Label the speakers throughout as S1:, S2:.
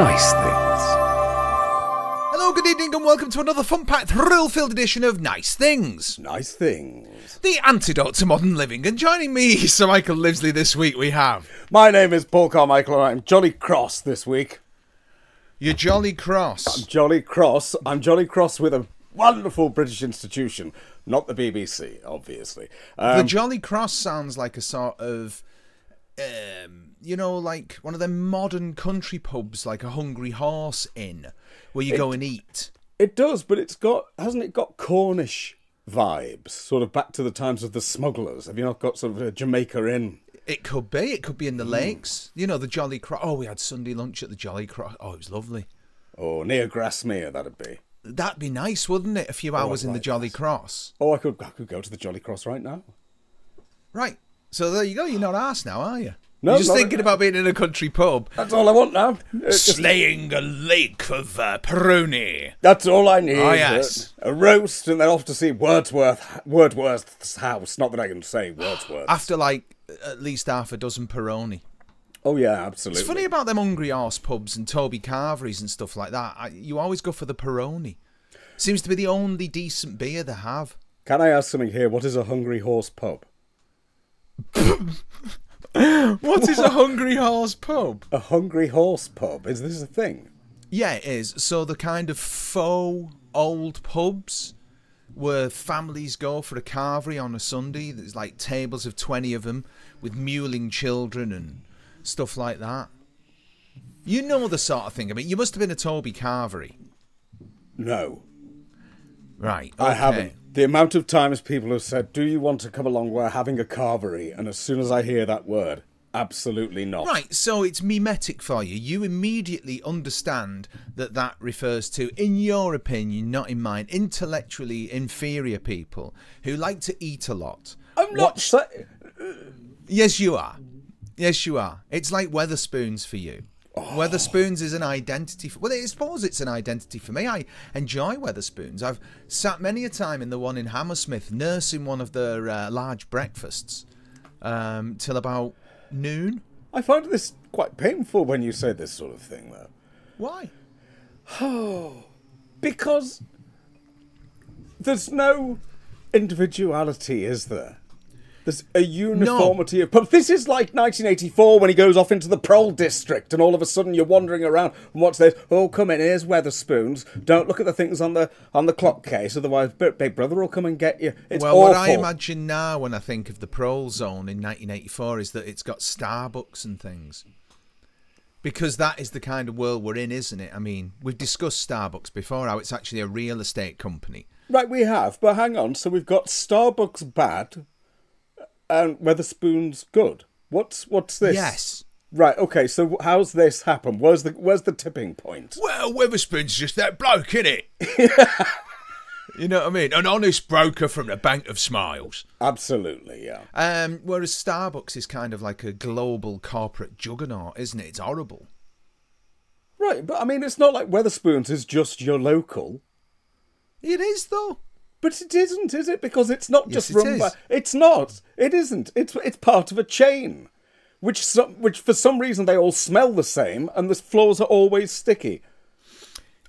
S1: nice things.
S2: Hello, good evening, and welcome to another fun-packed, thrill-filled edition of Nice Things,
S3: Nice things.
S2: the antidote to modern living. And joining me, Sir Michael Livesley, this week we have
S3: My name is Paul Carmichael and I'm Jolly Cross this week.
S2: your Jolly Cross.
S3: Jolly Cross. I'm Jolly Cross with a wonderful British institution, not the BBC, obviously.
S2: The
S3: Um,
S2: Jolly Cross sounds like a sort of, um, you know, like one of them modern country pubs, like a Hungry Horse Inn, where you go and eat.
S3: it does, but it's got, hasn't it got Cornish vibes? Sort of back to the times of the smugglers. Have you not got sort of a Jamaica in?
S2: It could be. It could be
S3: Mm.
S2: in the lakes. You know, the Jolly Cross. Oh, we had Sunday lunch at the Jolly Cross. Oh, it was lovely.
S3: Or near Grasmere, that'd be.
S2: That'd be nice, wouldn't it? A few hours in the
S3: Oh, like
S2: Jolly Cross.
S3: Oh, I could, I could go to the Jolly Cross right now.
S2: Right. So there you go. You're not arsed now, are you?
S3: No,
S2: You're just
S3: not
S2: thinking
S3: at-
S2: about being in a country pub.
S3: That's all I want now. It's just-
S2: Slaying a lake of uh, Peroni.
S3: That's all I need.
S2: Ah, yes.
S3: A, a roast, and then off to see Wordsworth, Wordsworth's house. Not that I can say Wordsworth.
S2: After like at least half a dozen Peroni.
S3: oh yeah, absolutely.
S2: It's funny about them hungry arse pubs and Toby Carveries and stuff like that. I, you always go for the Peroni. Seems to be the only decent beer they have.
S3: Can I ask something here? What is a hungry horse pub?
S2: What is a hungry horse pub?
S3: A hungry horse pub? Is this a thing?
S2: Yeah, it is. So the kind of faux old pubs where families go for a carvery on a Sunday. There's like tables of twenty of them with mewling children and stuff like that. You know the sort of thing. I mean, you must have been a Toby Carvery,
S3: No,
S2: right?
S3: I
S2: okay.
S3: haven't. The amount of times people have said, "Do you want to come along? We're having a carvery," and as soon as I hear that word, absolutely not.
S2: Right, so it's mimetic for you. You immediately understand that that refers to, in your opinion, not in mine, intellectually inferior people who like to eat a lot.
S3: I'm not. Sa-
S2: Yes, you are. Yes, you are. It's like Weatherspoons for you. Weatherspoons is an identity. For, well, I suppose it's an identity for me. I enjoy Weatherspoons. I've sat many a time in the one in Hammersmith, nursing one of their uh, large breakfasts um, till about noon.
S3: I find this quite painful when you say this sort of thing, though.
S2: Why?
S3: Because there's no individuality, is there? There's a uniformity of. But this is like 1984 when he goes off into the Prole district, and all of a sudden you're wandering around and what's this? Oh, come in, here's Weatherspoons. Don't look at the things on the on the clock case, otherwise B- Big Brother will come and get you. It's
S2: well,
S3: awful.
S2: what I imagine now when I think of the Prole Zone in 1984 is that it's got Starbucks and things. Because that is the kind of world we're in, isn't it? I mean, we've discussed Starbucks before, how it's actually a real estate company.
S3: Right, we have, but hang on. So we've got Starbucks bad, and Weatherspoons good. What's what's this?
S2: Yes.
S3: Right. Okay. So how's this happen? Where's the where's the tipping point?
S2: Well, Witherspoon's just that bloke, innit? you know what I mean? An honest broker from the Bank of Smiles.
S3: Absolutely. Yeah.
S2: Um, whereas Starbucks is kind of like a global corporate juggernaut, isn't it? It's horrible.
S3: Right. But I mean, it's not like Weatherspoons is just your local.
S2: It is, though.
S3: But it isn't, is it? Because it's not
S2: Yes,
S3: just
S2: it
S3: run
S2: is.
S3: by. It's not. It isn't. It's it's part of a chain, which some which for some reason they all smell the same, and the floors are always sticky.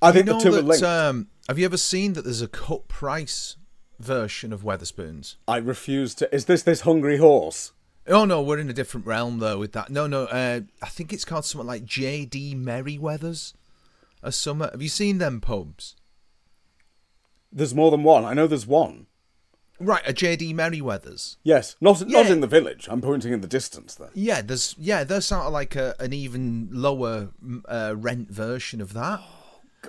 S3: I think
S2: you
S3: the
S2: know
S3: two
S2: that,
S3: are linked.
S2: Um, have you ever seen that there's a cut price version of Weatherspoons?
S3: I refuse to. Is this this hungry horse?
S2: Oh no, we're in a different realm though with that. No, no, uh, I think it's called something like J.D. Merriweather's or summer. Have you seen them pubs?
S3: There's more than one. I know there's one.
S2: Right, a J.D. Merriweather's.
S3: Yes, not not
S2: Yeah.
S3: in the village. I'm pointing in the distance there.
S2: Yeah, there's yeah, they're sort of like a, an even lower mm, uh, rent version of that.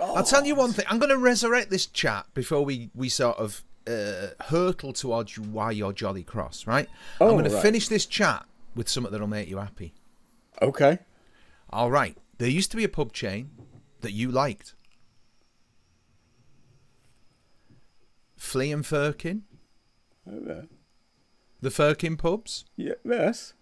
S2: I'll tell you one thing. I'm going to resurrect this chat before we we sort of uh, hurtle towards you why you're jolly cross, right? I'm
S3: Oh,
S2: going to
S3: right.
S2: finish this chat with something that'll make you happy.
S3: Okay.
S2: All right. There used to be a pub chain that you liked. Flea and Firkin,
S3: Oh, Yeah.
S2: the Firkin pubs,
S3: Ye- Yes.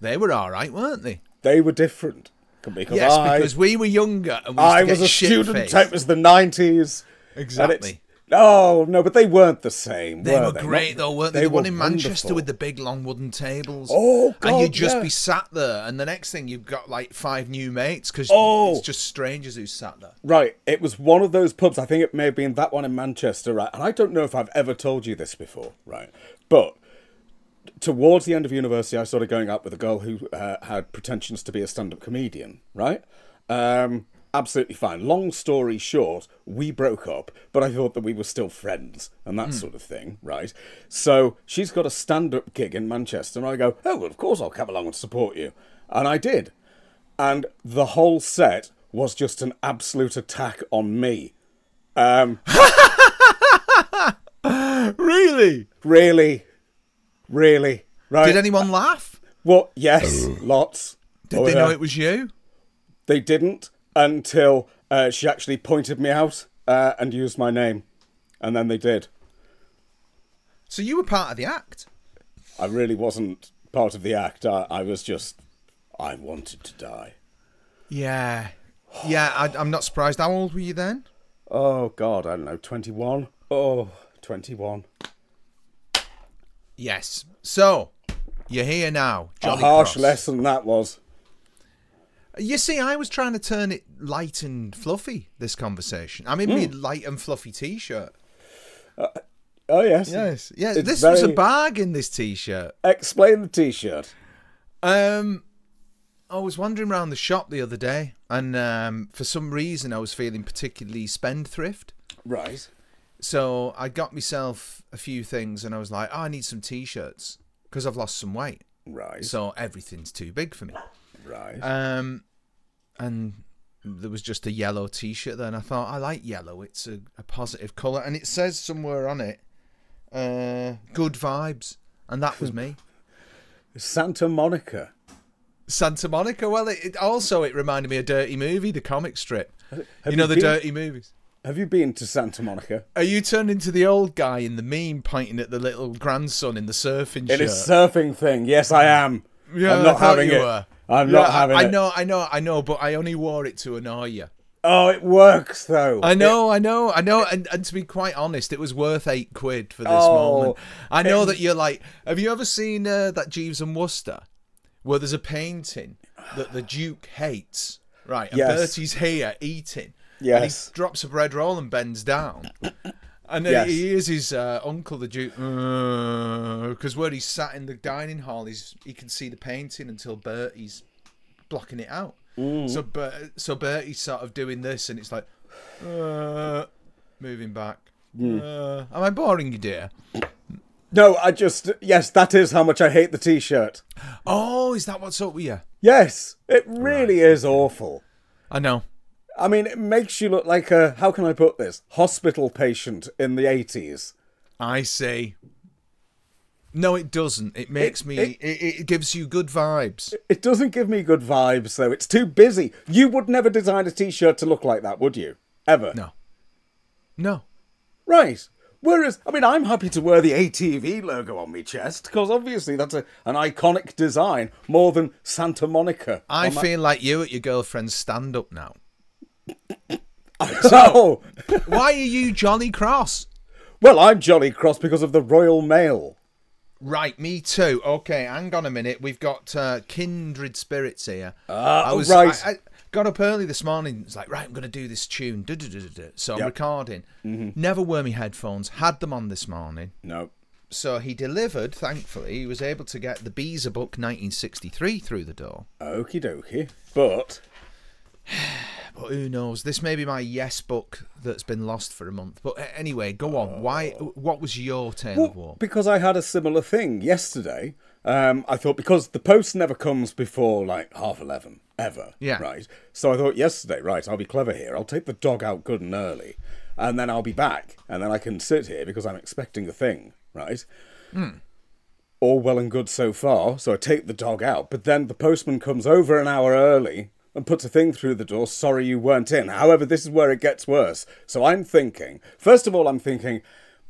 S2: they were all right, weren't they?
S3: They were different. Because
S2: Yes,
S3: I,
S2: because we were younger and we used
S3: I
S2: to get
S3: was a student.
S2: shit-faced.
S3: It was the 90s. and it's-
S2: Exactly.
S3: Oh no, but they weren't the same.
S2: They were
S3: they?
S2: great
S3: Not-
S2: though, weren't they?
S3: they
S2: the one
S3: were
S2: in Manchester
S3: wonderful.
S2: with the big long wooden tables.
S3: Oh,
S2: And you'd
S3: God,
S2: just
S3: yeah.
S2: be sat there, and the next thing you've got like five new mates because
S3: Oh.
S2: it's just strangers who sat there.
S3: Right, it was one of those pubs. I think it may have been that one in Manchester, right? And I don't know if I've ever told you this before, right? But towards the end of university, I started going out with a girl who uh, had pretensions to be a stand up comedian, right? Um, absolutely fine. Long story short, we broke up, but I thought that we were still friends and that sort of thing, right? So she's got a stand up gig in Manchester, and I go, oh, well, of course I'll come along and support you. And I did. And the whole set was just an absolute attack on me.
S2: Really?
S3: Really? Really? Right?
S2: Did anyone laugh?
S3: Well, yes, lots. Oh,
S2: Did they know it was you?
S3: They didn't until uh, she actually pointed me out uh, and used my name, and then they did.
S2: So you were part of the act.
S3: I really wasn't part of the act. I, I was just, I wanted to die.
S2: Yeah. Yeah, I, I'm not surprised. How old were you then?
S3: Oh God, I don't know, twenty-one. Oh, 21.
S2: Yes. So, you're here now.
S3: A
S2: Johnny
S3: harsh
S2: Cross.
S3: lesson that was.
S2: You see, I was trying to turn it light and fluffy, this conversation. I'm in
S3: Hmm.
S2: my light and fluffy t shirt.
S3: Oh yes,
S2: Yes. Yeah,
S3: It's
S2: this was a
S3: very-
S2: bargain, this t shirt.
S3: Explain the T-shirt.
S2: Um, I was wandering around the shop the other day, and um, for some reason, I was feeling particularly spendthrift.
S3: Right.
S2: So I got myself a few things, and I was like, oh, I need some t-shirts because I've lost some weight.
S3: Right.
S2: So everything's too big for me.
S3: Right.
S2: Um, and there was just a yellow t-shirt there, and I thought I like yellow. It's a, a positive color, and it says somewhere on it, uh, "Good vibes," and that was me.
S3: Santa Monica.
S2: Santa Monica. Well, it, it also it reminded me of Dirty Movie, the comic strip. you know
S3: you
S2: the
S3: been-
S2: Dirty Movies.
S3: Have you been to Santa Monica?
S2: Are you turned into the old guy in the meme pointing at the little grandson in the surfing
S3: It
S2: shirt?
S3: is surfing thing. Yes, I am.
S2: Yeah,
S3: I'm
S2: I
S3: not
S2: thought
S3: having
S2: you
S3: it.
S2: were.
S3: I'm
S2: Yeah,
S3: not having
S2: I, I
S3: it.
S2: know, I know, I know, but I only wore it to annoy you.
S3: Oh, it works though.
S2: I know, I know, I know, and, and to be quite honest, it was worth eight quid for this
S3: Oh,
S2: moment. I know
S3: it-
S2: that you're like, have you ever seen uh, that Jeeves and Worcester, where there's a painting that the Duke hates, right? And
S3: Yes.
S2: Bertie's here eating, and
S3: Yes.
S2: he drops a bread roll and bends down, and then
S3: Yes.
S2: he hears his uh, uncle, the Duke, because where he's sat in the dining hall, he's he can see the painting until Bertie's blocking it out. So Bert, so Bertie's sort of doing this, and it's like uh, moving back.
S3: Hmm.
S2: Uh, am I boring you, dear?
S3: No, I just yes, that is how much I hate the T-shirt.
S2: Oh, is that what's up with you?
S3: Yes, it really is awful.
S2: I know.
S3: I mean, it makes you look like a how can I put this hospital patient in the eighties.
S2: I see. No, it doesn't. It makes me. It,
S3: it-
S2: it, gives you good vibes.
S3: It doesn't give me good vibes though. It's too busy. You would never design a T-shirt to look like that, would you? Ever?
S2: No. No.
S3: Right. Whereas, I mean, I'm happy to wear the ATV logo on my chest because obviously that's a, an iconic design more than Santa Monica.
S2: I
S3: on my-
S2: feel like you at your girlfriend's stand up now.
S3: Oh,
S2: Why are you Johnny Cross?
S3: well, I'm Jolly Cross because of the Royal Mail.
S2: Right, me too. Okay, hang on a minute. We've got uh, kindred spirits here. I was
S3: Uh, right.
S2: I, I got up early this morning. It's like right, I'm going to do this tune. duh, duh, duh, duh, duh. So I'm
S3: Yep. Mm-hmm.
S2: recording. Never wore my headphones. Had them on this morning.
S3: No.
S2: So he delivered. Thankfully, he was able to get the Beezer book 1963 through the door.
S3: Okie dokie. But,
S2: But who knows? This may be my yes book that's been lost for a month. But a- anyway, go on. Why?
S3: Oh.
S2: What was your tale of war?
S3: because I had a similar thing yesterday, um, I thought because the post never comes before like half 11, ever.
S2: Yeah.
S3: Right. So I thought yesterday, right, I'll be clever here. I'll take the dog out good and early and then I'll be back and then I can sit here because I'm expecting the thing, right? all well and good so far, so I take the dog out, but then the postman comes over an hour early and puts a thing through the door, sorry you weren't in. However, this is where it gets worse. So I'm thinking, first of all, I'm thinking,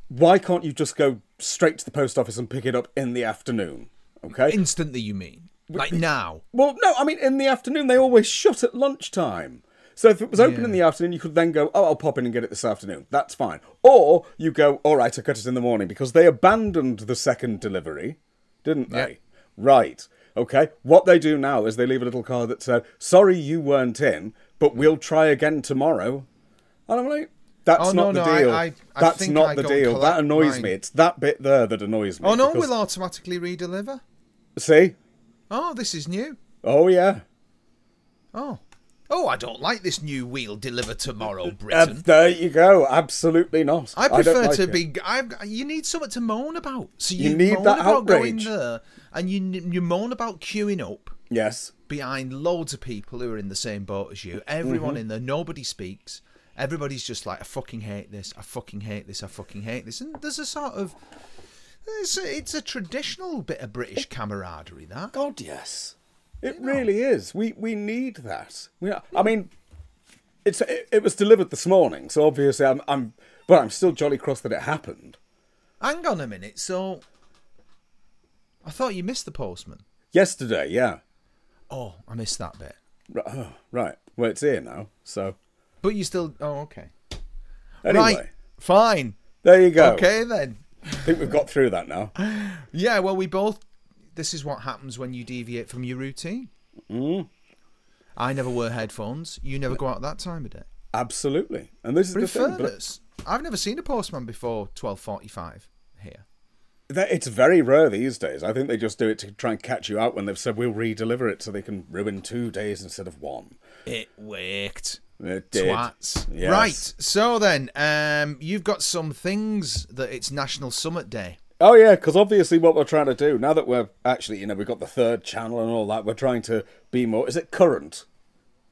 S3: why can't you just go straight to the post office and pick it up in the afternoon? Okay?
S2: Instantly, you mean? Like now?
S3: Well, no, I mean, in the afternoon, they always shut at lunchtime. So if it was open in the afternoon, you could then go, oh, I'll pop in and get it this afternoon. That's fine. Or you go, all right, I cut it in the morning because they abandoned the second delivery, didn't they?
S2: Yeah.
S3: Right. Okay. What they do now is they leave a little card that said, sorry you weren't in, but we'll try again tomorrow. And I'm like, that's
S2: Oh, no,
S3: not the
S2: no, I-
S3: deal.
S2: I- I
S3: that's
S2: think
S3: not
S2: I
S3: the
S2: go and
S3: deal. That
S2: collect
S3: annoys
S2: mine.
S3: me. It's that bit there that annoys me.
S2: Oh no,
S3: because-
S2: we'll automatically re-deliver.
S3: See?
S2: Oh, this is new.
S3: Oh, yeah.
S2: Oh. Oh, I don't like this new wheel deliver tomorrow,
S3: Uh,
S2: Britain.
S3: there you go. Absolutely not.
S2: I prefer
S3: don't like
S2: to
S3: it.
S2: be. I've, you need something to moan about. So
S3: You
S2: you,
S3: need
S2: moan
S3: that
S2: about going
S3: outrage.
S2: there, and you you moan about queuing up
S3: Yes.
S2: behind loads of people who are in the same boat as you. Everyone
S3: Mm-hmm.
S2: in there, nobody speaks. Everybody's just like, I fucking hate this. I fucking hate this. I fucking hate this. And there's a sort of, it's a, it's a traditional bit of British camaraderie. That
S3: God, yes. It really is. We we need that. We are, I mean, it's it, it was delivered this morning, so obviously I'm I'm, but I'm still jolly cross that it happened.
S2: hang on a minute. So, I thought you missed the postman.
S3: Yesterday, yeah.
S2: Oh, I missed that bit.
S3: Right. Oh, right. Well, it's here now. So
S2: But you still. Oh, okay.
S3: anyway,
S2: Right. Fine.
S3: there you go.
S2: Okay then.
S3: I think we've got through that now.
S2: Yeah, well, we both. This is what happens when you deviate from your routine. Mm. I never wear headphones. You never go out that time of day.
S3: Absolutely. And this is
S2: But in
S3: the thing. But
S2: fairness, I've never seen a postman before twelve forty-five here.
S3: that- it's very rare these days. I think they just do it to try and catch you out when they've said we'll re-deliver it, so they can ruin two days instead of one.
S2: It worked.
S3: It did.
S2: Twats.
S3: Yes.
S2: Right. So then, um, you've got some things that it's National Summit Day.
S3: Oh yeah, because obviously what we're trying to do now that we're actually, you know, we've got the third channel and all that, we're trying to be more. Is it current?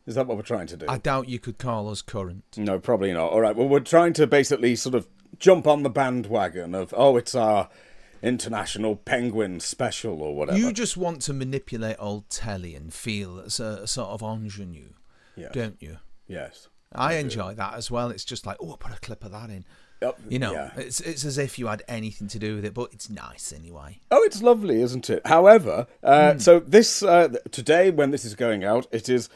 S3: Is that what we're trying to do?
S2: I doubt you could call us current.
S3: No, probably not. All right. Well, we're trying to basically sort of jump on the bandwagon of oh, it's our international penguin special or whatever.
S2: You just want to manipulate old telly and feel it's a, a sort of ingenue,
S3: Yes.
S2: don't you?
S3: Yes.
S2: I enjoy that as well. It's just like, oh, I put a clip of that in.
S3: Yep,
S2: You know,
S3: yeah.
S2: it's it's as if you had anything to do with it, but it's nice anyway.
S3: Oh, it's lovely, isn't it? However,
S2: Hmm.
S3: uh, so this uh, th- today when this is going out, it is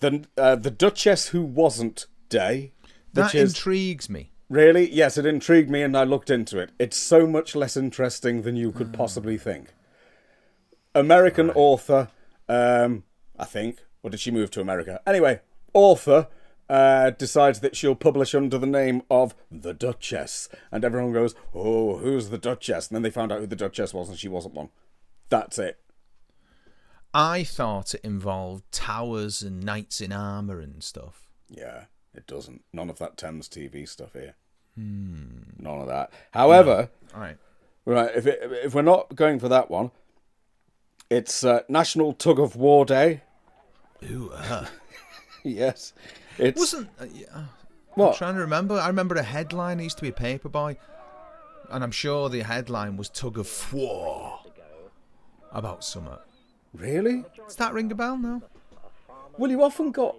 S3: the uh, the Duchess who wasn't day.
S2: That
S3: which is
S2: intrigues me.
S3: Really? Yes, it intrigued me and I looked into it. It's so much less interesting than you could possibly think. American author, um, I think, or did she move to America? Anyway, author uh, decides that she'll publish under the name of The Duchess. And everyone goes, Oh, who's The Duchess? And then they found out who The Duchess was and she wasn't one. That's it.
S2: I thought it involved towers and knights in armour and stuff.
S3: Yeah, it doesn't. None of that Thames TV stuff here. None of that. However.
S2: All right.
S3: Right, if it, if we're not going for that one, it's uh, National Tug of War Day.
S2: Ooh, uh,
S3: Yes, it's
S2: wasn't. Uh, yeah, I'm
S3: what?
S2: trying to remember. I remember a headline. It used to be a paper boy, and I'm sure the headline was tug of war about summer.
S3: Really?
S2: Does that ring a bell now?
S3: Well, you often got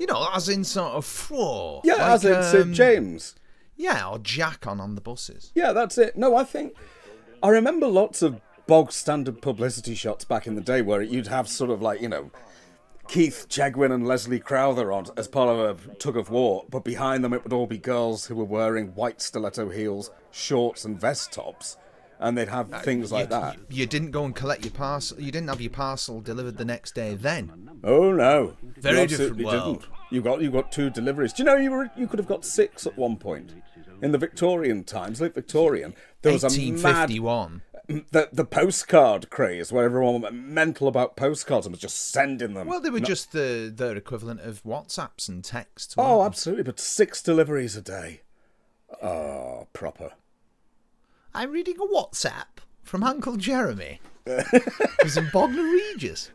S2: You know, as in sort of war.
S3: yeah,
S2: like,
S3: as in Sir
S2: um,
S3: James.
S2: Yeah, or Jack on on the buses.
S3: Yeah, that's it. No, I think I remember lots of bog standard publicity shots back in the day where you'd have sort of like you know. Keith Chegwin and Leslie Crowther on as part of a tug of war, but behind them it would all be girls who were wearing white stiletto heels, shorts, and vest tops, and they'd have things like that.
S2: You didn't go and collect your parcel. You didn't have your parcel delivered the next day. Then
S3: Oh no!
S2: Very
S3: You absolutely
S2: different world.
S3: Didn't. You got you got two deliveries. Do you know you were you could have got six at one point in the Victorian times, late Victorian. There was a mad
S2: 1851.
S3: the, the postcard craze where everyone went mental about postcards and was just sending them.
S2: Well, they were just the their equivalent of WhatsApps and texts.
S3: oh,
S2: weren't
S3: absolutely! But six deliveries a day. Oh, proper.
S2: they? I'm reading a WhatsApp from Uncle Jeremy. He's in Bognor Regis.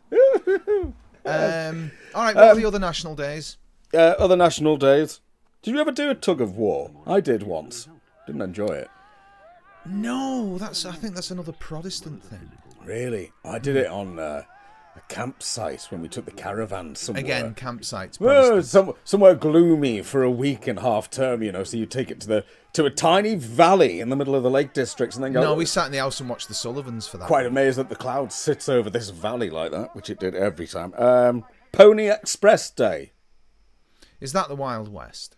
S2: um, all right. What are the other national days?
S3: Uh, other national days. Did you ever do a tug of war? I did once. Didn't enjoy it.
S2: No, that's. I think that's another Protestant thing.
S3: Really, I did it on uh, a campsite when we took the caravan somewhere.
S2: Again, campsites. Protestant.
S3: Oh, some, somewhere gloomy for a week and half term, you know. So you take it to the to a tiny valley in the middle of the Lake Districts, and then go. "Oh,
S2: No, we sat in the house and watched the Sullivans for that.
S3: quite amazed that the cloud sits over this valley like that, which it did every time. Um, Pony Express Day.
S2: Is that the Wild West?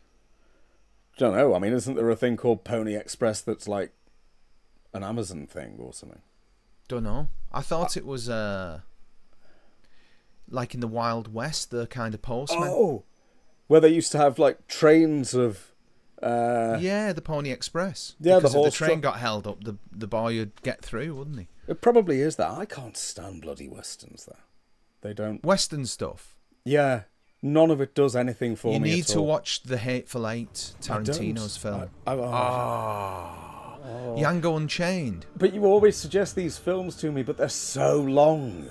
S3: Don't know. I mean, isn't there a thing called Pony Express that's like an Amazon thing or something?
S2: Don't know. I thought it was uh, like in the Wild West, the kind of postman.
S3: Oh, where they used to have like trains of. Uh,
S2: Yeah, the Pony Express.
S3: Yeah, the
S2: because if
S3: horse
S2: the train
S3: truck.
S2: got held up, the the boy would get through, wouldn't he?
S3: it probably is that. I can't stand bloody westerns though. They don't.
S2: Western stuff.
S3: Yeah, none of it does anything for
S2: You
S3: me.
S2: need
S3: at
S2: to
S3: all.
S2: watch the Hateful Eight,
S3: I don't.
S2: Tarantino's film.
S3: I- Oh. I- oh.
S2: Yango Unchained.
S3: But you always suggest these films to me, but they're so long.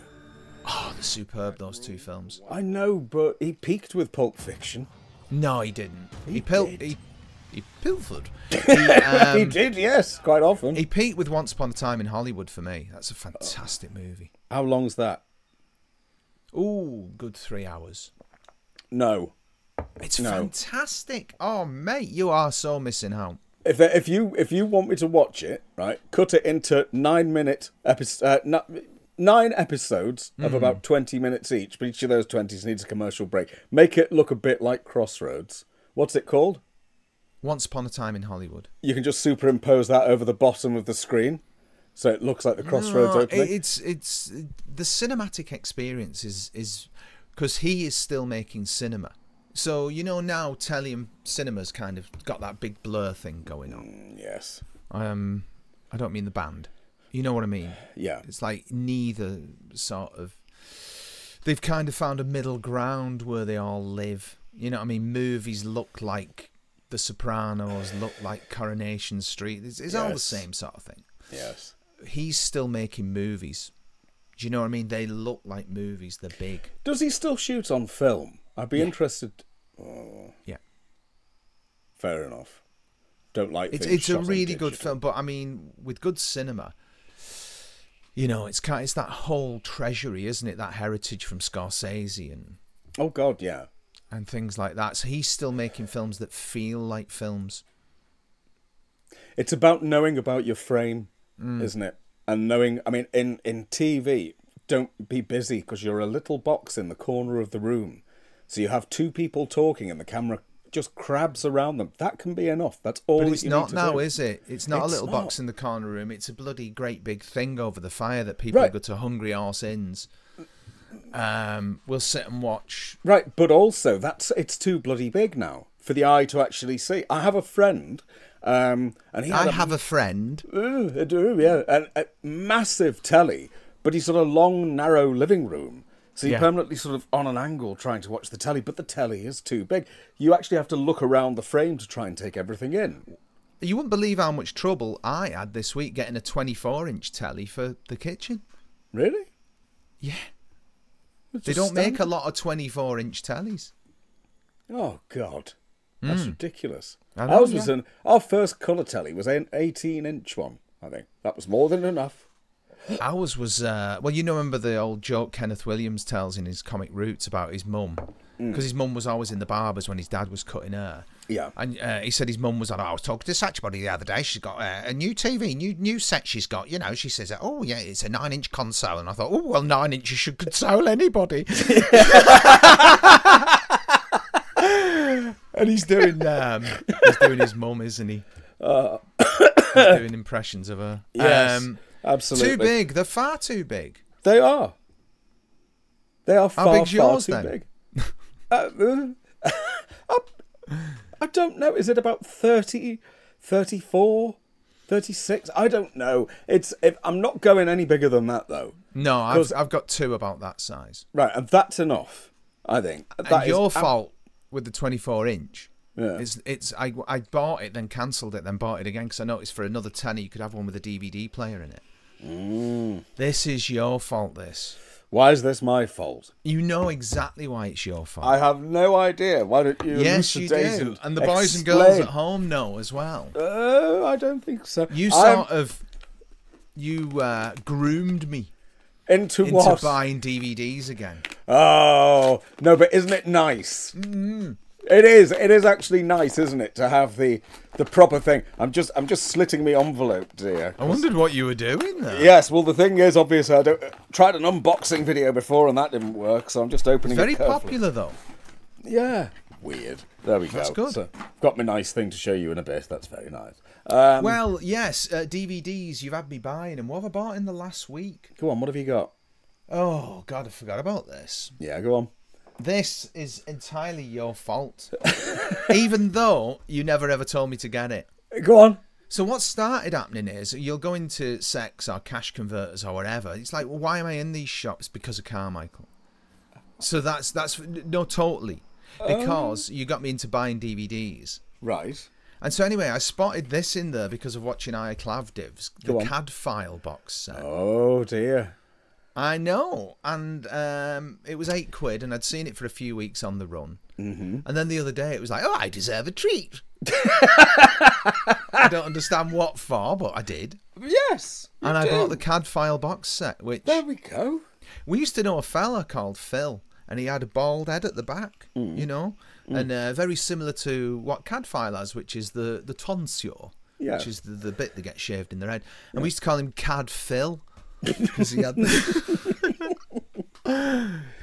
S2: Oh, they're superb those two films.
S3: I know, but he peaked with Pulp Fiction.
S2: No, he didn't. He,
S3: He
S2: pil-
S3: did.
S2: he he pilfered.
S3: he did, yes, quite often.
S2: Um, He peaked with Once Upon a Time in Hollywood for me. That's a fantastic movie.
S3: How long's that?
S2: Ooh, good three hours.
S3: No.
S2: It's
S3: No.
S2: fantastic. Oh, mate, you are so missing out.
S3: If there, if you if you want me to watch it, right, cut it into nine minute episodes. Uh, ni- Nine episodes
S2: Hmm.
S3: of about 20 minutes each, but each of those 20s needs a commercial break. Make it look a bit like Crossroads. What's it called?
S2: Once Upon a Time in Hollywood.
S3: You can just superimpose that over the bottom of the screen so it looks like the Crossroads
S2: No,
S3: opening.
S2: it- it's it's the cinematic experience is is because he is still making cinema. So you know now, Italian cinemas kind of got that big blur thing going on.
S3: yes.
S2: Um, I don't mean the band. You know what I mean?
S3: Yeah.
S2: It's like neither sort of. They've kind of found a middle ground where they all live. You know what I mean? Movies look like The Sopranos, look like Coronation Street. It's, it's all the
S3: Yes.
S2: same sort of thing.
S3: Yes.
S2: He's still making movies. Do you know what I mean? They look like movies. They're big.
S3: Does he still shoot on film? I'd be interested.
S2: Yeah.
S3: Fair enough. Don't like
S2: It's
S3: things
S2: it's a
S3: shot on
S2: really good
S3: digital.
S2: film, but I mean, with good cinema, you know, it's kind it's that whole treasury, isn't it? That heritage from Scorsese and
S3: Oh God, yeah.
S2: and things like that. So he's still making films that feel like films.
S3: It's about knowing about your frame,
S2: Mm.
S3: isn't it? And knowing, I mean, in in TV, don't be busy because you're a little box in the corner of the room, so you have two people talking and the camera just crabs around them. That can be enough. That's all.
S2: But
S3: that
S2: it's
S3: you need
S2: not
S3: to
S2: now,
S3: do.
S2: is it? It's not
S3: It's
S2: a little
S3: not.
S2: box in the corner room. It's a bloody great big thing over the fire that people
S3: Right.
S2: go to Hungry Arse Inns. Um, we'll sit and watch.
S3: Right, but also that's it's too bloody big now for the eye to actually see. I have a friend, um, and he had
S2: I
S3: a-
S2: have a friend.
S3: Ooh, I do,
S2: Mm.
S3: yeah, a, a massive telly, but he's got a long, narrow living room, so you're
S2: Yeah.
S3: permanently sort of on an angle trying to watch the telly. But the telly is too big. You actually have to look around the frame to try and take everything in.
S2: You wouldn't believe how much trouble I had this week getting a 24 inch telly for the kitchen.
S3: Really?
S2: Yeah.
S3: It's
S2: They
S3: a
S2: don't make
S3: stand-
S2: a lot of 24 inch tellies.
S3: Oh God, that's ridiculous.
S2: Hmm. I know,
S3: Ours was
S2: yeah.
S3: an our first colour telly was an 18-inch one. I think that was more than enough.
S2: Ours was uh, well, you know, remember the old joke Kenneth Williams tells in his comic Roots about his mum, because his mum was always in the barbers when his dad was cutting her.
S3: Yeah.
S2: and uh, he said his mum was on. I was talking to Satchbody the other day. She's got uh, a new TV, new new set. She's got, you know. She says, "Oh yeah, it's a nine-inch console," and I thought, "Oh well, nine inches should console anybody." and he's doing um, he's doing his mum, isn't he? he's doing impressions of her.
S3: Uh, Yes,
S2: Um,
S3: absolutely.
S2: Too big. They're far too big.
S3: They are. They are far,
S2: big's
S3: far
S2: yours,
S3: too
S2: then?
S3: big. uh, uh, I don't know. Is it about 30, 34, 36? I don't know. It's. If, I'm not going any bigger than that, though.
S2: No,
S3: Because-
S2: I've, I've got two about that size.
S3: Right, and that's enough, I think. That
S2: and
S3: is
S2: your
S3: ab-
S2: fault with the 24 inch.
S3: Yeah.
S2: It's it's I, I bought it then cancelled it then bought it again because I noticed for another tenner you could have one with a DVD player in it.
S3: Mm.
S2: This is your fault. This
S3: Why is this my fault?
S2: you know exactly why it's your fault.
S3: I have no idea. Why don't you
S2: yes, you
S3: elucidate
S2: do, and the boys and girls
S3: explain?
S2: at home know as well.
S3: Oh, I don't think so.
S2: You
S3: I'm
S2: sort of you uh, groomed me
S3: into
S2: into
S3: what?
S2: buying DVDs again.
S3: Oh no, but isn't it nice? Mm-hmm. It is. It is actually nice, isn't it, to have the the proper thing? I'm just I'm just slitting me envelope, dear.
S2: I wondered what you were doing there.
S3: Yes. Well, the thing is, obviously, I don't, tried an unboxing video before and that didn't work, so I'm just opening.
S2: Very
S3: it carefully.
S2: popular though.
S3: Yeah. weird. There we go.
S2: That's good.
S3: So, got my nice thing to show you in a bit. That's very nice. Um,
S2: well, yes, uh, DVDs. You've had me buying them. What have I bought in the last week?
S3: go on. What have you got?
S2: Oh God, I forgot about this.
S3: Yeah, go on.
S2: This is entirely your fault, even though you never ever told me to get it.
S3: Go on.
S2: So what started happening is you'll go into sex or cash converters or whatever. It's like, well, why am I in these shops? Because of Carmichael. So that's that's no, totally,
S3: Um.
S2: because you got me into buying DVDs.
S3: Right.
S2: And so anyway, I spotted this in there because of watching iClav divs, the
S3: Go on.
S2: CAD file box set.
S3: Oh dear.
S2: I know, and um, it was eight quid, and I'd seen it for a few weeks on the run, mm-hmm. and then the other day it was like, oh, I deserve a treat. I don't understand what for, but I did,
S3: Yes. you
S2: and I
S3: do.
S2: bought the CAD file box set, which
S3: There we go.
S2: we used to know a fella called Phil, and he had a bald head at the back,
S3: Mm.
S2: you know, and uh, very similar to what Cadfile has, which is the the tonsure,
S3: Yeah.
S2: which is the, the bit that gets shaved in their head. And we used to call him Cad Phil because he had. the-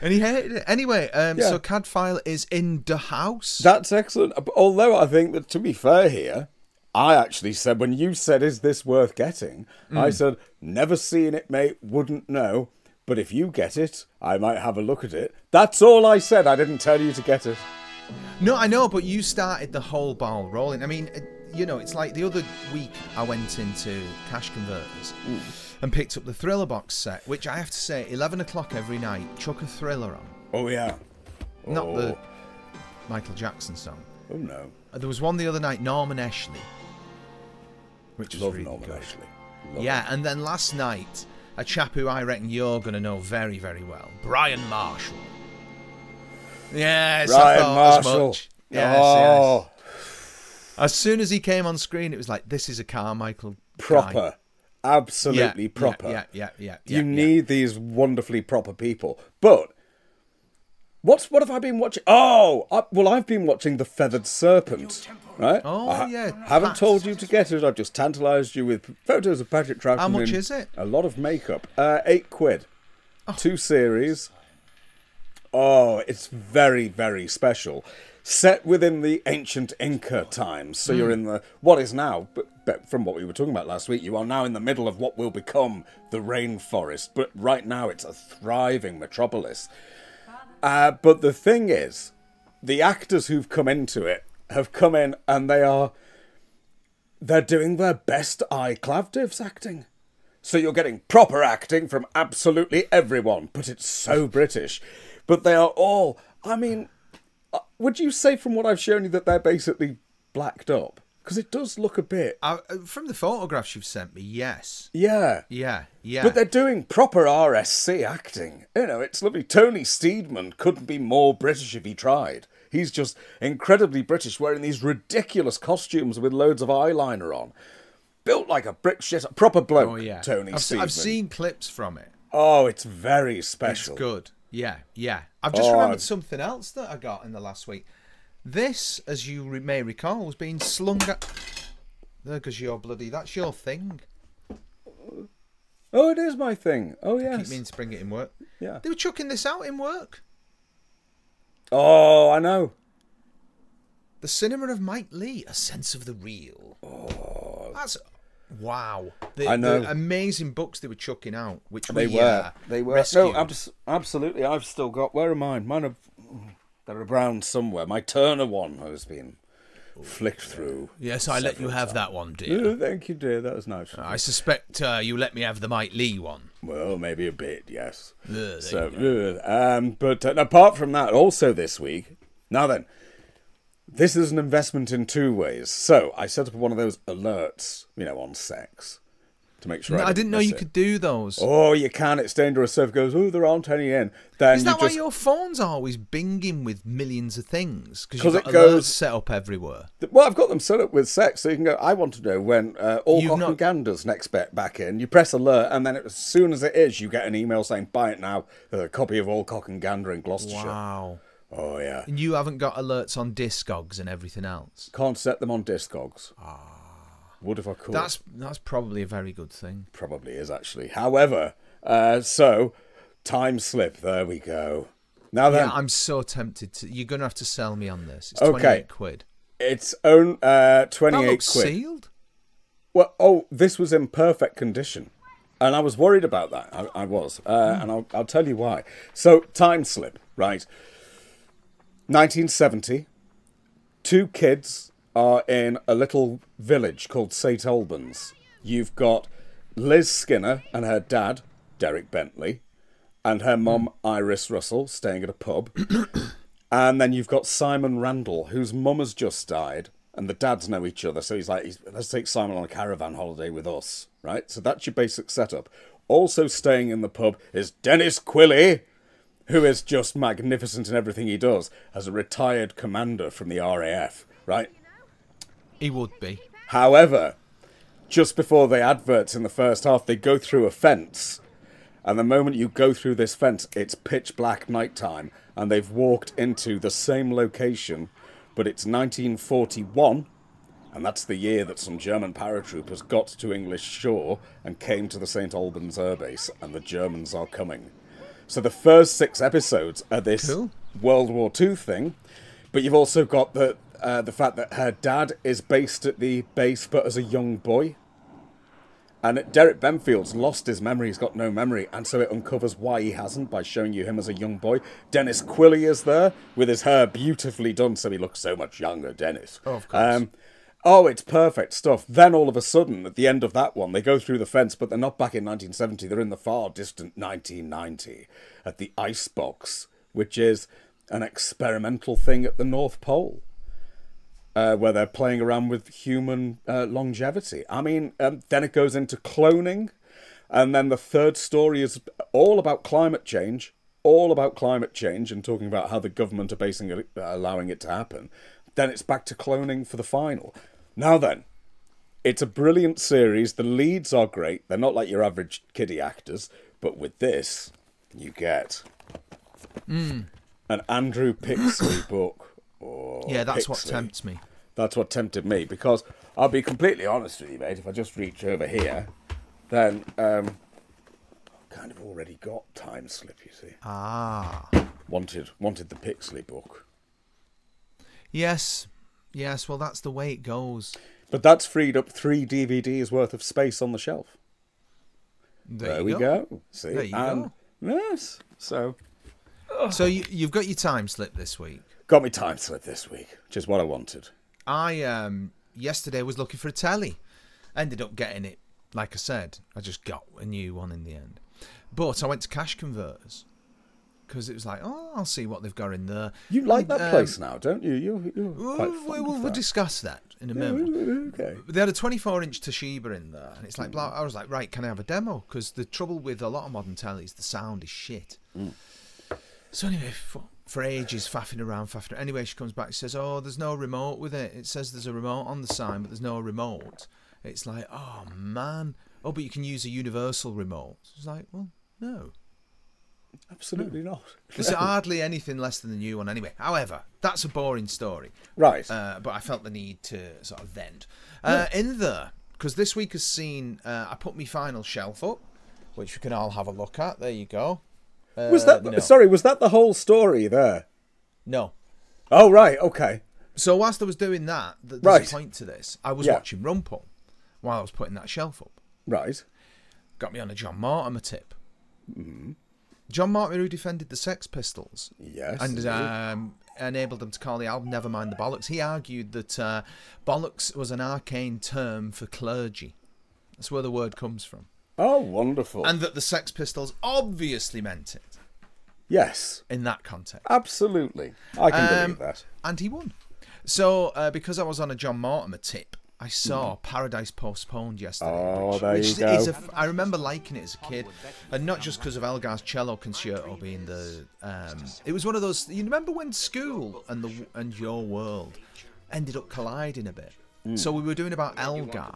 S2: and he hated it anyway. Um,
S3: Yeah.
S2: So Cadfile is in the house.
S3: That's excellent. Although I think that to be fair here, I actually said when you said, "Is this worth getting?"
S2: Hmm.
S3: I said, "Never seen it, mate. Wouldn't know." But if you get it, I might have a look at it. That's all I said. I didn't tell you to get it.
S2: No, I know, but you started the whole ball rolling. I mean, it, you know, it's like the other week I went into Cash Converters and picked up the Thriller box set, which I have to say, 11 o'clock every night, chuck a Thriller on.
S3: Oh yeah.
S2: Not
S3: oh.
S2: the Michael Jackson song.
S3: Oh no.
S2: Uh, There was one the other night, Norman Ashley, which was
S3: Love
S2: really
S3: Norman
S2: good.
S3: Ashley. Love
S2: yeah, and then last night, a chap who I reckon you're going to know very, very well, Brian Marshall. Yes, I
S3: Brian
S2: thought as
S3: Marshall.
S2: much. Yes, yes.
S3: oh,
S2: As soon as he came on screen, it was like, this is a Carmichael. guy."
S3: proper.
S2: Yeah,
S3: Absolutely
S2: yeah,
S3: proper.
S2: Yeah, yeah, yeah.
S3: You
S2: yeah, yeah.
S3: need these wonderfully proper people. But what's what have I been watching? Oh, I, well, I've been watching The Feathered Serpent. Right?
S2: Oh,
S3: I
S2: yeah,
S3: Haven't
S2: Pat.
S3: told you to get it. I've just tantalised you with photos of Patrick Troughton.
S2: How much
S3: in
S2: is it? Oh.
S3: A lot of makeup. Uh, eight quid. Two series. Oh, it's very, very special. Set within the ancient Inca times. So
S2: Hmm.
S3: you're in the what is now, but, but from what we were talking about last week, you are now in the middle of what will become the rainforest. But right now, it's a thriving metropolis. Uh, but the thing is, the actors who've come into it have come in and they are they're doing their best eye clavdivs acting. So you're getting proper acting from absolutely everyone, but it's so British. But they are all, I mean, uh, would you say from what I've shown you that they're basically blacked up? Because it does look a bit.
S2: I, uh, from the photographs you've sent me, yes.
S3: Yeah.
S2: Yeah, yeah.
S3: But they're doing proper RSC acting. You know, it's lovely. Tony Steedman couldn't be more British if he tried. He's just incredibly British, wearing these ridiculous costumes with loads of eyeliner on. Built like a brick shit. Proper bloke,
S2: oh, yeah.
S3: Tony
S2: I've, se-
S3: Steedman.
S2: I've seen clips from it.
S3: Oh, it's very
S2: It's
S3: special.
S2: good. Yeah, yeah. I've just
S3: Oh,
S2: remembered
S3: I've-
S2: something else that I got in the last week. This, as you re- may recall, was being slung at. There, because you're bloody. That's your thing.
S3: Oh, it is my thing. Oh, yes.
S2: Keep meaning to bring it in work.
S3: Yeah.
S2: They were chucking this out in work.
S3: Oh, I know.
S2: The cinema of Mike Lee, a sense of the real. That's wow. The,
S3: Oh. I know.
S2: the amazing books they were chucking out, which
S3: They
S2: we,
S3: were.
S2: uh,
S3: They were.
S2: rescued.
S3: No, abs- absolutely. I've still got. Where are mine? Mine are. They're around somewhere. My Turner one has been flicked through.
S2: yes, I let you have that one, dear.
S3: Oh, thank you, dear. That was nice.
S2: I suspect uh, you let me have the Mike Lee one.
S3: Well, maybe a bit, yes.
S2: there
S3: so, uh, um, but uh, apart from that, also this week. Now then, this is an investment in two ways. So I set up one of those alerts, you know, on sex to make sure.
S2: I,
S3: I,
S2: didn't know
S3: miss
S2: you
S3: it.
S2: could do those.
S3: Oh, you can. It's dangerous. So if it goes, oh, there aren't any in. Then
S2: Is
S3: you
S2: that why
S3: just
S2: your phones are always binging with millions of things? Because
S3: 'Cause
S2: you've got
S3: it
S2: alerts
S3: goes-
S2: set up everywhere.
S3: Well, I've got them set up with sex, so you can go. I want to know when uh, all
S2: You've
S3: cock
S2: not-
S3: and ganders next bet back in. You press alert, and then as soon as it is, you get an email saying buy it now. A copy of all cock and gander in Gloucestershire.
S2: Wow.
S3: Oh yeah,
S2: And you haven't got alerts on Discogs and everything else.
S3: can't set them on Discogs. Ah, would if I could.
S2: That's that's probably a very good thing.
S3: probably is actually. However, uh, so time slip. There we go. Now then,
S2: Yeah, I'm so tempted to. You're going to have to sell me on this. It's
S3: Okay.
S2: 28 quid.
S3: it's own uh,
S2: That
S3: 28 quid.
S2: looks sealed.
S3: Well, oh, this was in perfect condition. And I was worried about that. I, I was. Uh, And I'll, I'll tell you why. So, time slip, right? 1970. Two kids are in a little village called St. Albans. You've got Liz Skinner and her dad, Derek Bentley, and her mum, Iris Russell, staying at a pub. And then you've got Simon Randall, whose mum has just died, and the dads know each other. So he's like, he's, let's take Simon on a caravan holiday with us, right? So that's your basic setup. Also staying in the pub is Dennis Quilly, who is just magnificent in everything he does as a retired commander from the RAF, right?
S2: He would be.
S3: However, just before the adverts in the first half, they go through a fence. And the moment you go through this fence, it's pitch black nighttime. And they've walked into the same location, but it's 1941. And that's the year that some German paratroopers got to English shore and came to the St. Albans air base, and the Germans are coming. So the first six episodes are this
S2: Cool.
S3: World War II thing, but you've also got the uh, the fact that her dad is based at the base, but as a young boy. And Derek Benfield's lost his memory, he's got no memory, and so it uncovers why he hasn't by showing you him as a young boy. Dennis Quilly is there with his hair beautifully done, so he looks so much younger, Dennis.
S2: Oh, of course.
S3: oh, it's perfect stuff. Then all of a sudden, at the end of that one, they go through the fence, but they're not back in 1970, they're in the far distant 1990 at the Icebox, which is an experimental thing at the North Pole uh, where they're playing around with human uh, longevity. I mean, um, then it goes into cloning, and then the third story is all about climate change, all about climate change, and talking about how the government are basically uh, allowing it to happen. Then it's back to cloning for the final. Now then, it's a brilliant series. The leads are great. They're not like your average kiddie actors, but with this, you get
S2: Hmm.
S3: an Andrew Pixley book. Oh,
S2: Yeah, that's what um,
S3: Pixley.
S2: tempts me.
S3: That's what tempted me because I'll be completely honest with you, mate. If I just reach over here, then um, I've kind of already got time slip. You see,
S2: Ah.
S3: wanted wanted the Pixley book,
S2: Yes. Yes. Well, that's the way it goes.
S3: but that's freed up three DVDs worth of space on the shelf.
S2: There,
S3: There,
S2: you
S3: we
S2: go.
S3: go. See,
S2: There you
S3: and yes, so
S2: So you, you've got your time slip this week.
S3: got me time slip this week, which is what I wanted.
S2: I um yesterday was looking for a telly, ended up getting it. Like I said, I just got a new one in the end. But I went to Cash Converters because it was like, oh, I'll see what they've got in there.
S3: You like that
S2: Um,
S3: place now, don't you? You, you're
S2: We'll,
S3: quite
S2: we'll-
S3: fond of
S2: we'll
S3: that.
S2: discuss that in a
S3: Yeah,
S2: moment.
S3: okay.
S2: But they had a 24 inch Toshiba in there, and it's like, blah, I was like, right, can I have a demo? Because the trouble with a lot of modern tellies, the sound is shit. So anyway, for, for ages, faffing around, faffing around. Anyway, she comes back, says, oh, there's no remote with it. It says there's a remote on the sign, but there's no remote. It's like, oh, man. Oh, but you can use a universal remote. It's like, well, no.
S3: Absolutely not.
S2: There's hardly anything less than the new one anyway. However, that's a boring story.
S3: Right.
S2: Uh, but I felt the need to sort of vent. Uh, In there, because this week has seen, uh, I put my final shelf up, which we can all have a look at. There you go. Uh,
S3: was that
S2: no.
S3: sorry? Was that the whole story there?
S2: No.
S3: Oh right, okay.
S2: So whilst I was doing that, th- there's
S3: Right.
S2: a point to this. I was
S3: Yeah.
S2: watching Rumpel while I was putting that shelf up.
S3: Right.
S2: Got me on a John Mortimer tip. John Mortimer, who defended the Sex Pistols,
S3: Yes.
S2: and
S3: indeed.
S2: um, enabled them to call the album "Never Mind the Bollocks." He argued that uh, bollocks was an arcane term for clergy. That's where the word comes from,
S3: oh, wonderful.
S2: and that the Sex Pistols obviously meant it
S3: yes,
S2: in that context.
S3: absolutely. I can
S2: Um,
S3: believe that.
S2: And he won. So uh, because I was on a John Mortimer tip, I saw Paradise Postponed yesterday.
S3: Hmm. Oh,
S2: which,
S3: there
S2: which
S3: you
S2: is
S3: go.
S2: a f- I remember liking it as a kid, and not just because of Elgar's cello concerto being the. Um, it was one of those. You remember when school and the and your world ended up colliding a bit.
S3: Hmm.
S2: So we were doing about Elgar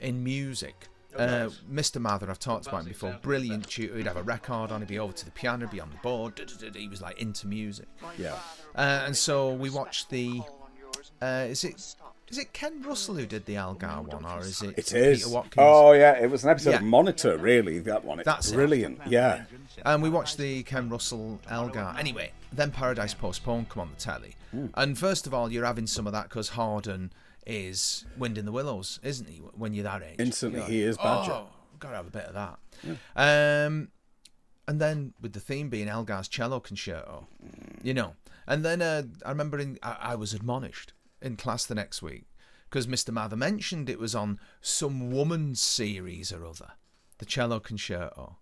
S2: in music. Uh, Mr. Mather, I've talked about him before. Brilliant tutor. He'd have a record on. He'd be over to the piano. He'd be on the board. duh, duh, duh, duh, He was like into music.
S3: Yeah.
S2: Uh, and so we watched the. Uh, is it Is it Ken Russell who did the Algar one, or is it?
S3: It is.
S2: Peter Watkins?
S3: Oh yeah, it was an episode of
S2: Yeah.
S3: Monitor, really. That one. It's
S2: That's it.
S3: brilliant. Yeah.
S2: And we watched the Ken Russell Elgar. Anyway, then Paradise Postponed come on the telly. And first of all, you're having some of that because Harden is Wind in the Willows, isn't he, when you're that age?
S3: Instantly,
S2: You're
S3: he is
S2: like,
S3: Badger.
S2: Oh, gotta have a bit of that. Um, and then with the theme being Elgar's cello concerto, you know. And then uh, I remember in, I, I was admonished in class the next week because Mr. Mather mentioned it was on some woman's series or other, the cello concerto.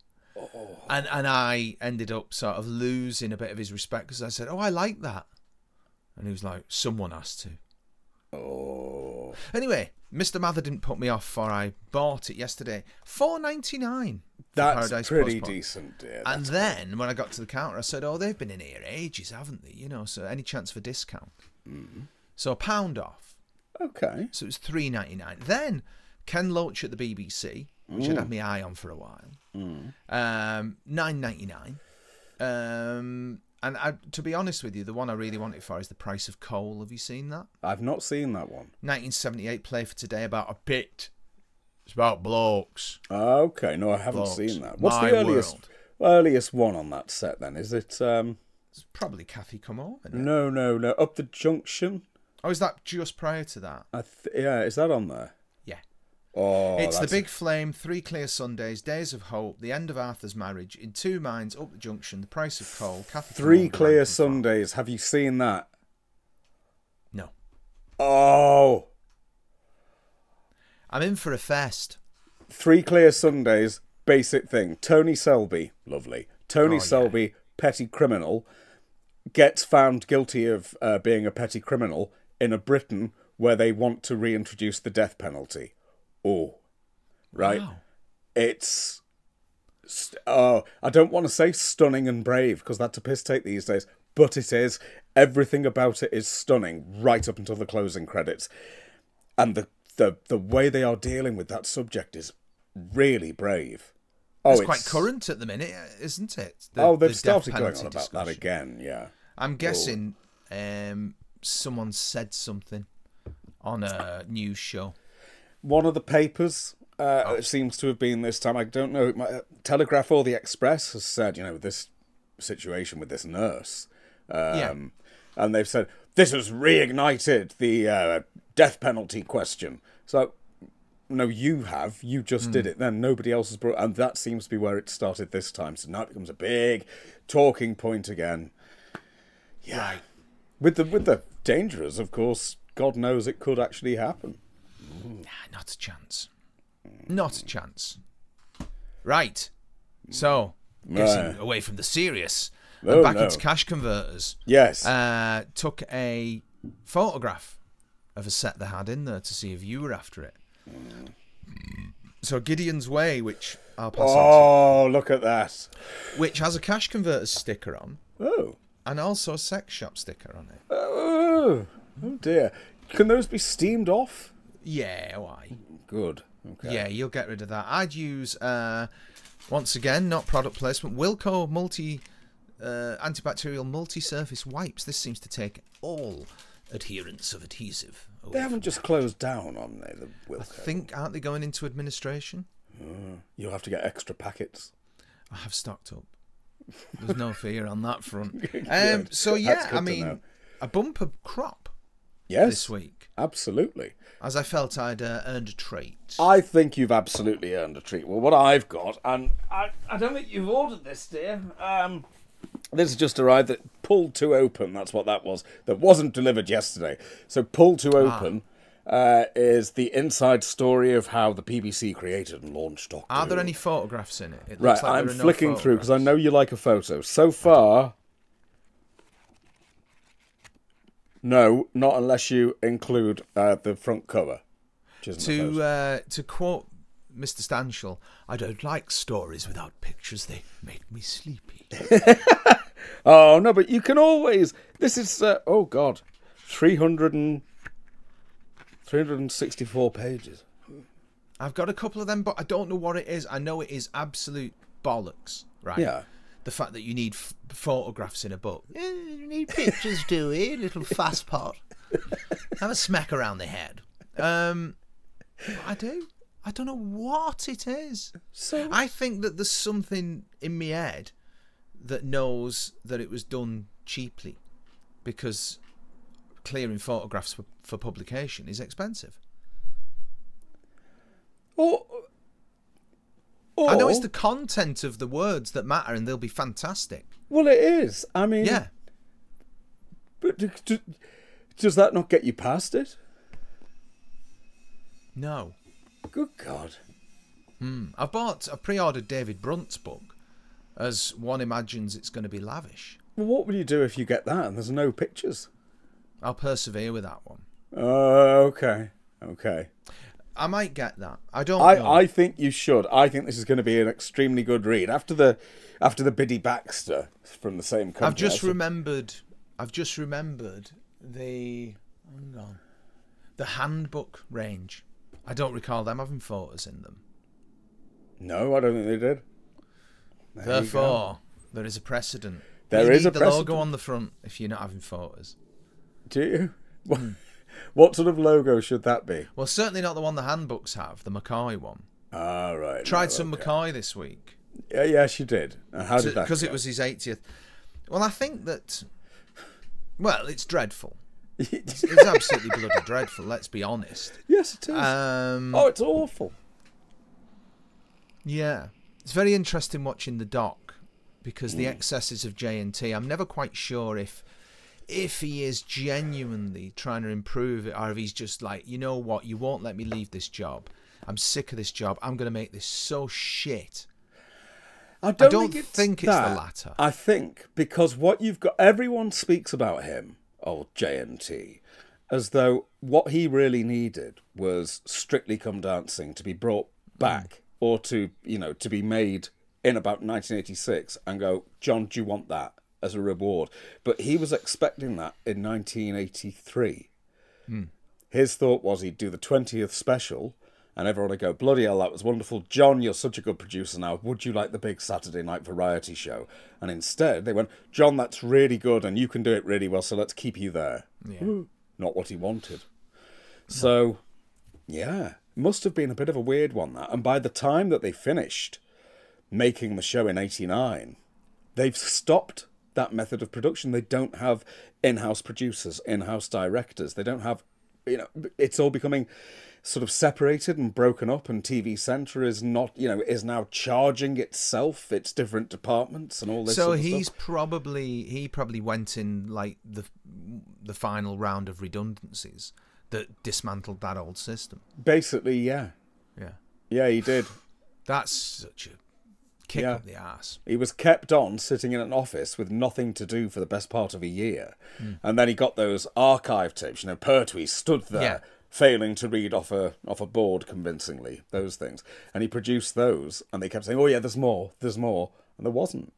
S2: And and I ended up sort of losing a bit of his respect because I said, "Oh, I like that," and he was like, "Someone has to."
S3: Oh.
S2: Anyway, Mr. Mather didn't put me off, for I bought it yesterday, four ninety nine.
S3: That's pretty
S2: Postponed.
S3: decent, dear.
S2: And then when I got to the counter, I said, "Oh, they've been in here ages, haven't they? You know, so any chance for discount?" So a pound off.
S3: okay.
S2: So it was three ninety nine. Then Ken Loach at the BBC, which I'd had my eye on for a while, um, nine ninety nine. Um, and I, to be honest with you, the one I really wanted for is the price of coal. Have you seen that?
S3: I've not seen that one.
S2: 1978 play for today about a pit. It's about blokes.
S3: Okay, no, I haven't
S2: Blocks.
S3: seen that. What's
S2: My
S3: the earliest
S2: world.
S3: earliest one on that set? Then is it? Um,
S2: It's probably Kathy come on.
S3: no, no, no. Up the junction.
S2: Oh, is that just prior to that?
S3: I th- yeah, is that on there?
S2: Yeah.
S3: Oh,
S2: it's the
S3: that's-
S2: big flame, three clear Sundays, days of hope, the end of Arthur's marriage, in two minds, up the junction, the price of coal, Kathy. Come
S3: three
S2: On, the
S3: clear
S2: Rankin Farm.
S3: Sundays. Have you seen that?
S2: No,
S3: Oh,
S2: I'm in for a fest.
S3: three clear Sundays. Basic thing. Tony Selby, lovely. Tony Selby, petty criminal, gets found guilty of uh, being a petty criminal in a Britain where they want to reintroduce the death penalty. Oh, right.
S2: Wow.
S3: it's st- oh, I don't want to say stunning and brave because that's a piss take these days, but it is. Everything about it is stunning, right up until the closing credits, and the the the way they are dealing with that subject is really brave. Oh,
S2: It's quite current at the minute, isn't it? The-
S3: Oh,
S2: the
S3: they've
S2: death
S3: started going
S2: penalty
S3: on about that
S2: discussion.
S3: again. Oh. Yeah.
S2: I'm guessing um, someone said something on a news show.
S3: one of the papers uh,
S2: Oh.
S3: seems to have been this time. I don't know. It might, uh, Telegraph or the Express has said, you know, this situation with this nurse, um,
S2: Yeah.
S3: and they've said this has reignited the uh, death penalty question. So, no, you have. You just did it. Then nobody else has brought, and that seems to be where it started this time. So now it becomes a big talking point again. Yeah, with the with the dangers, of course. God knows it could actually happen.
S2: Nah, Ah, not a chance. Not a chance. Right. So, getting
S3: Right.
S2: away from the serious and
S3: Oh,
S2: back
S3: no.
S2: into cash converters.
S3: Yes.
S2: Uh, took a photograph of a set they had in there to see if you were after it. So Gideon's Way, which I'll pass on
S3: Oh, look at that.
S2: to, which has a cash converters sticker on
S3: Oh.
S2: and also a sex shop sticker on it.
S3: Oh, oh dear. Can those be steamed off?
S2: Yeah, why?
S3: Good. Okay.
S2: Yeah, you'll get rid of that. I'd use uh, once again, not product placement. Wilco multi uh, antibacterial multi-surface wipes. This seems to take all adherence of adhesive. away.
S3: They haven't just closed down on they, the
S2: I
S3: Wilco.
S2: think aren't they going into administration?
S3: You'll have to get extra packets.
S2: I have stocked up. There's no fear on that front. Um,
S3: Good.
S2: so
S3: That's
S2: yeah,
S3: good
S2: I
S3: to know.
S2: mean, a bumper crop
S3: Yes.
S2: this week,
S3: Absolutely.
S2: as I felt I'd uh, earned a treat.
S3: I think you've absolutely earned a treat. Well, what I've got, and I, I don't think you've ordered this, dear. Um, this has just arrived. That pull to open. That's what that was. That wasn't delivered yesterday. So pull to
S2: Ah.
S3: open uh, is the inside story of how the BBC created and launched Doctor
S2: Are there
S3: Who.
S2: any photographs in it? It
S3: Right,
S2: looks like
S3: I'm
S2: there are no
S3: flicking through because I
S2: photographs.
S3: know you like a photo. So far, no, not unless you include uh, the front cover. Which isn't a
S2: to
S3: photo.
S2: uh, to quote Mr. Stanshall, I don't like stories without pictures. They make me sleepy.
S3: Oh no, but you can always. This is uh, oh god, 300 and, 364 pages.
S2: I've got a couple of them, but I don't know what it is. I know it is absolute bollocks, right?
S3: Yeah.
S2: The fact that you need f- photographs in a book.
S1: Eh, You need pictures, do we? Little fast pot.
S2: have a smack around the head. Um, I do. I don't know what it is.
S3: So
S2: I think that there's something in my head that knows that it was done cheaply because clearing photographs for, for publication is expensive.
S3: or, or
S2: I know it's the content of the words that matter and they'll be fantastic.
S3: well, it is. I mean,
S2: Yeah.
S3: But do, do, does that not get you past it?
S2: No.
S3: Good God.
S2: I bought, I pre ordered David Brunt's book as one imagines it's going to be lavish.
S3: Well, what will you do if you get that and there's no pictures?
S2: I'll persevere with that one.
S3: Oh, okay, okay.
S2: I might get that. I don't
S3: I,
S2: know.
S3: I think you should. I think this is going to be an extremely good read after the after the Biddy Baxter from the same company.
S2: I've just
S3: I think.
S2: remembered. I've just remembered the hang on, the handbook range. I don't recall them having photos in them.
S3: no, I don't think they did.
S2: Therefore, there is a precedent.
S3: There
S2: you
S3: is
S2: need
S3: a
S2: the
S3: precedent.
S2: logo on the front if you're not having photos.
S3: Do you? What,
S2: Hmm.
S3: what sort of logo should that be?
S2: Well, certainly not the one the handbooks have. The Mackay one.
S3: All right.
S2: Tried
S3: no,
S2: some
S3: okay.
S2: Mackay this week
S3: Yeah, yeah, she did. And how did that?
S2: because it
S3: go?
S2: was his 80th. Well, I think that. Well, it's dreadful. It's absolutely bloody dreadful. Let's be honest.
S3: yes, it is.
S2: Um,
S3: oh, it's awful.
S2: Yeah, it's very interesting watching the doc because
S3: Mm.
S2: the excesses of J and T. I'm never quite sure if if he is genuinely trying to improve it or if he's just like, you know what, you won't let me leave this job. I'm sick of this job. I'm going to make this so shit.
S3: I don't,
S2: don't
S3: think, it's,
S2: think it's the
S3: that.
S2: latter.
S3: I think because what you've got, everyone speaks about him, old JMT, as though what he really needed was Strictly Come Dancing to be brought
S2: Hmm.
S3: back or to, you know, to be made in about 1986 and go, John, do you want that as a reward? But he was expecting that in 1983. His thought was he'd do the 20th special, and everyone would go, Bloody hell, that was wonderful. John, you're such a good producer now. Would you like the big Saturday night variety show? And instead, they went, John, that's really good, and you can do it really well, so let's keep you there.
S2: Yeah.
S3: Not what he wanted. So, yeah, must have been a bit of a weird one, that. And by the time that they finished making the show in 89, they've stopped that method of production. They don't have in-house producers, in-house directors. They don't have, you know, it's all becoming sort of separated and broken up. And TV Centre is not, you know, is now charging itself its different departments and all this.
S2: So
S3: sort of
S2: he's
S3: stuff.
S2: probably he probably went in like the the final round of redundancies that dismantled that old system.
S3: basically, yeah,
S2: Yeah.
S3: yeah, he did.
S2: That's such a kick
S3: Yeah.
S2: up the ass.
S3: He was kept on sitting in an office with nothing to do for the best part of a year. And then he got those archive tapes, you know, Pertwee stood there
S2: Yeah.
S3: failing to read off a off a board convincingly, those things. And he produced those and they kept saying, Oh yeah, there's more, there's more and there wasn't.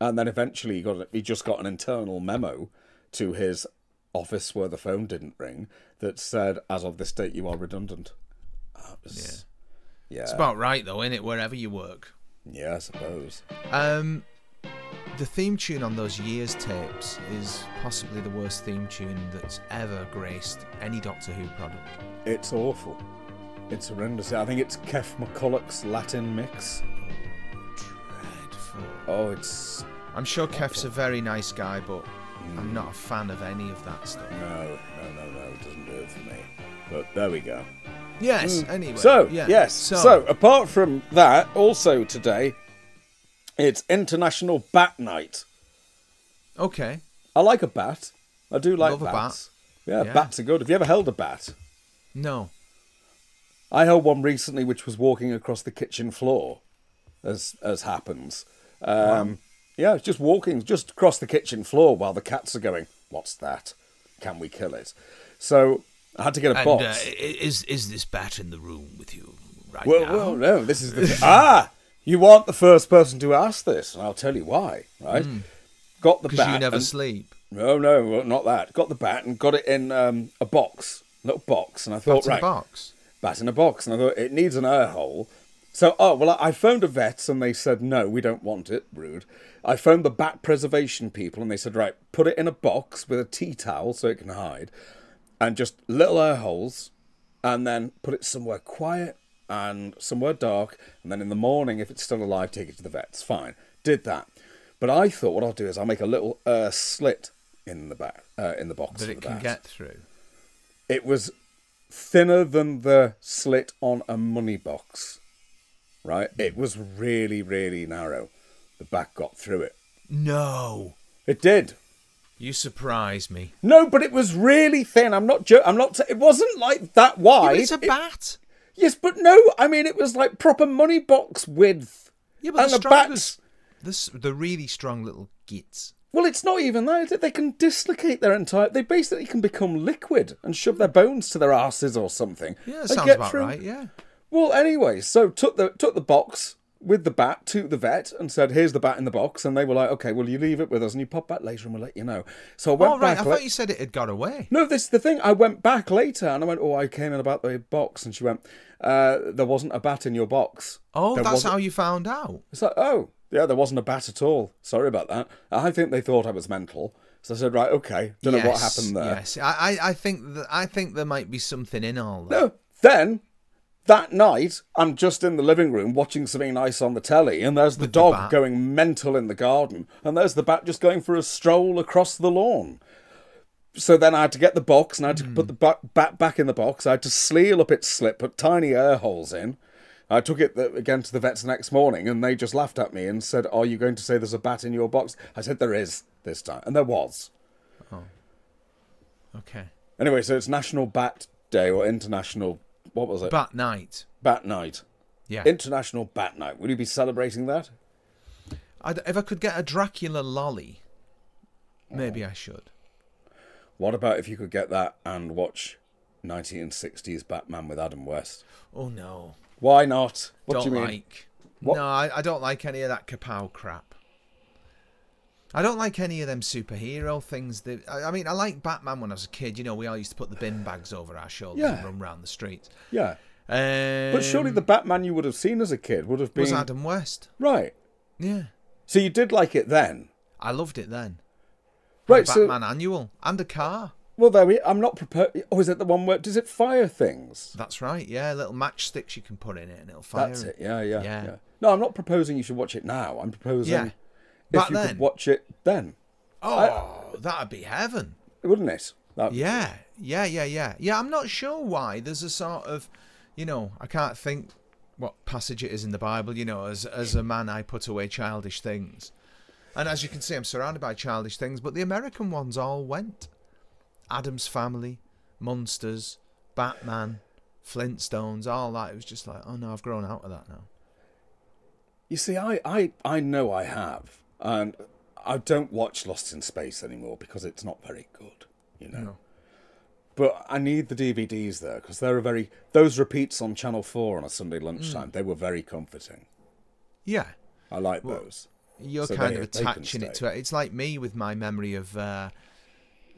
S3: And then eventually he got he just got an internal memo to his office where the phone didn't ring that said, As of this date you are redundant. That was- yeah.
S2: It's about right though, isn't it? Wherever you work.
S3: yeah, I suppose.
S2: Um, the theme tune on those years tapes is possibly the worst theme tune that's ever graced any Doctor Who product.
S3: It's awful. It's horrendous. I think it's Kef McCulloch's Latin mix.
S2: Dreadful.
S3: Oh, it's
S2: I'm sure Kef's a very nice guy, but
S3: Mm.
S2: I'm not a fan of any of that stuff.
S3: no, no, no, no. It doesn't do it for me. But there we go.
S2: Yes. Mm, Anyway.
S3: So
S2: yeah,
S3: yes. So. apart from that, also today, it's International Bat Night.
S2: okay.
S3: I like a bat. I do like
S2: Love a bat.
S3: bats. Yeah,
S2: Yeah.
S3: bats are good. Have you ever held a bat?
S2: No.
S3: I held one recently, which was walking across the kitchen floor, as as happens. Um, Yeah, it's just walking just across the kitchen floor while the cats are going. What's that? Can we kill it? So I had to get a
S2: uh,
S3: box.
S2: is is this bat in the room with you right
S3: well, well, no, this is the ah. You aren't the first person to ask this, and I'll tell you why. Right? Got the
S2: Because
S3: bat.
S2: Hmm. you never
S3: and-
S2: sleep.
S3: no, no, well, not that. Got the bat and got it in um, a box, little box, and I thought,
S2: It's in a
S3: right,
S2: box.
S3: bat in a box. And I thought, it needs an air hole. So, oh, well, I I phoned a vet and they said, no, we don't want it. Rude. I phoned the bat preservation people and they said, right, put it in a box with a tea towel so it can hide. and just little air holes, and then put it somewhere quiet and somewhere dark, and then in the morning, if it's still alive, take it to the vets. Fine, did that. But I thought what I'll do is I'll make a little uh, slit in the back uh, in the box
S2: that
S3: for
S2: it
S3: the
S2: can
S3: bat.
S2: get through.
S3: It was thinner than the slit on a money box, right? It was really, really narrow. The bat got through it.
S2: No,
S3: It did.
S2: you surprise me.
S3: No, but it was really thin. I'm not joking. I'm not. T- it wasn't like that wide.
S2: it's a
S3: It-
S2: bat.
S3: yes, but no. I mean, it was like proper money box width.
S2: Yeah, but
S3: and
S2: the
S3: the,
S2: strong
S3: bats.
S2: was- This the really strong little gits.
S3: Well, it's not even that. is it? They can dislocate their entire. They basically can become liquid and shove their bones to their asses or something.
S2: Yeah, that
S3: They
S2: sounds
S3: get
S2: about
S3: through-
S2: right. Yeah.
S3: Well, anyway, so took the took the box with the bat to the vet and said, "Here's the bat in the box," and they were like, "Okay, well, you leave it with us and you pop back later and we'll let you know." So I went
S2: All Oh, right.
S3: back.
S2: I
S3: la-
S2: thought you said it had got away.
S3: no, this is the thing. I went back later and I went, "Oh, I came in about the box," and she went, uh, "There wasn't a bat in your box."
S2: Oh,
S3: There
S2: that's
S3: wasn't-
S2: how you found out.
S3: It's like, "Oh, yeah, there wasn't a bat at all. Sorry about that." I think they thought I was mental, so I said, "Right, okay, don't know what
S2: Yes,
S3: happened there."
S2: Yes, I, I, I think that I think there might be something in all that.
S3: No. Oh, Then that night, I'm just in the living room watching something nice on the telly, and there's the dog
S2: bat.
S3: going mental in the garden, and there's the bat just going for a stroll across the lawn. So then I had to get the box, and I had to put the ba- bat back in the box. I had to seal up its slit, put tiny air holes in. I took it the, again to the vets the next morning, and they just laughed at me and said, "Are you going to say there's a bat in your box?" I said, "There is this time," and there was.
S2: Okay,
S3: Anyway, so it's National Bat Day or International. What was it?
S2: Bat Night.
S3: Bat Night.
S2: Yeah,
S3: International Bat Night. Will you be celebrating that?
S2: I'd, if I could get a Dracula lolly, maybe I should.
S3: What about if you could get that and watch 1960s Batman with Adam West?
S2: Oh no,
S3: Why not? What
S2: don't
S3: do you mean?
S2: like.
S3: What-
S2: No, I, I don't like any of that kapow crap. I don't like any of them superhero things. That I, I mean, I like Batman when I was a kid. You know, we all used to put the bin bags over our shoulders and
S3: Yeah.
S2: run round the streets.
S3: Yeah.
S2: Um,
S3: But surely the Batman you would have seen as a kid would have been
S2: was Adam West.
S3: right.
S2: Yeah,
S3: So you did like it then,
S2: I loved it then.
S3: right? So
S2: Batman Annual and a car.
S3: well, there we. I'm not prepared. Oh, is it the one where does it fire things?
S2: That's right. Yeah, little matchsticks you can put in it and it'll fire.
S3: That's it. Yeah, yeah,
S2: Yeah.
S3: yeah, No, I'm not proposing you should watch it now. I'm proposing
S2: Yeah.
S3: if
S2: Back
S3: you
S2: then.
S3: could watch it then,
S2: Oh, that'd be heaven.
S3: wouldn't it? That-
S2: Yeah, yeah, yeah, yeah, yeah. I'm not sure why there's a sort of, you know, I can't think what passage it is in the Bible. You know, as as a man, I put away childish things, and as you can see, I'm surrounded by childish things. But the American ones all went. Adam's Family, Monsters, Batman, Flintstones, all that. It was just like, oh no, I've grown out of that now.
S3: You see, I, I, I know I have, and I don't watch Lost in Space anymore because it's not very good, you know. But I need the DVDs there because they're a very those repeats on Channel Four on a Sunday lunchtime.
S2: Mm.
S3: They were very comforting.
S2: Yeah.
S3: I like those.
S2: You're
S3: So
S2: kind
S3: they-
S2: of
S3: they can
S2: attaching it to it. It's like me with my memory of uh,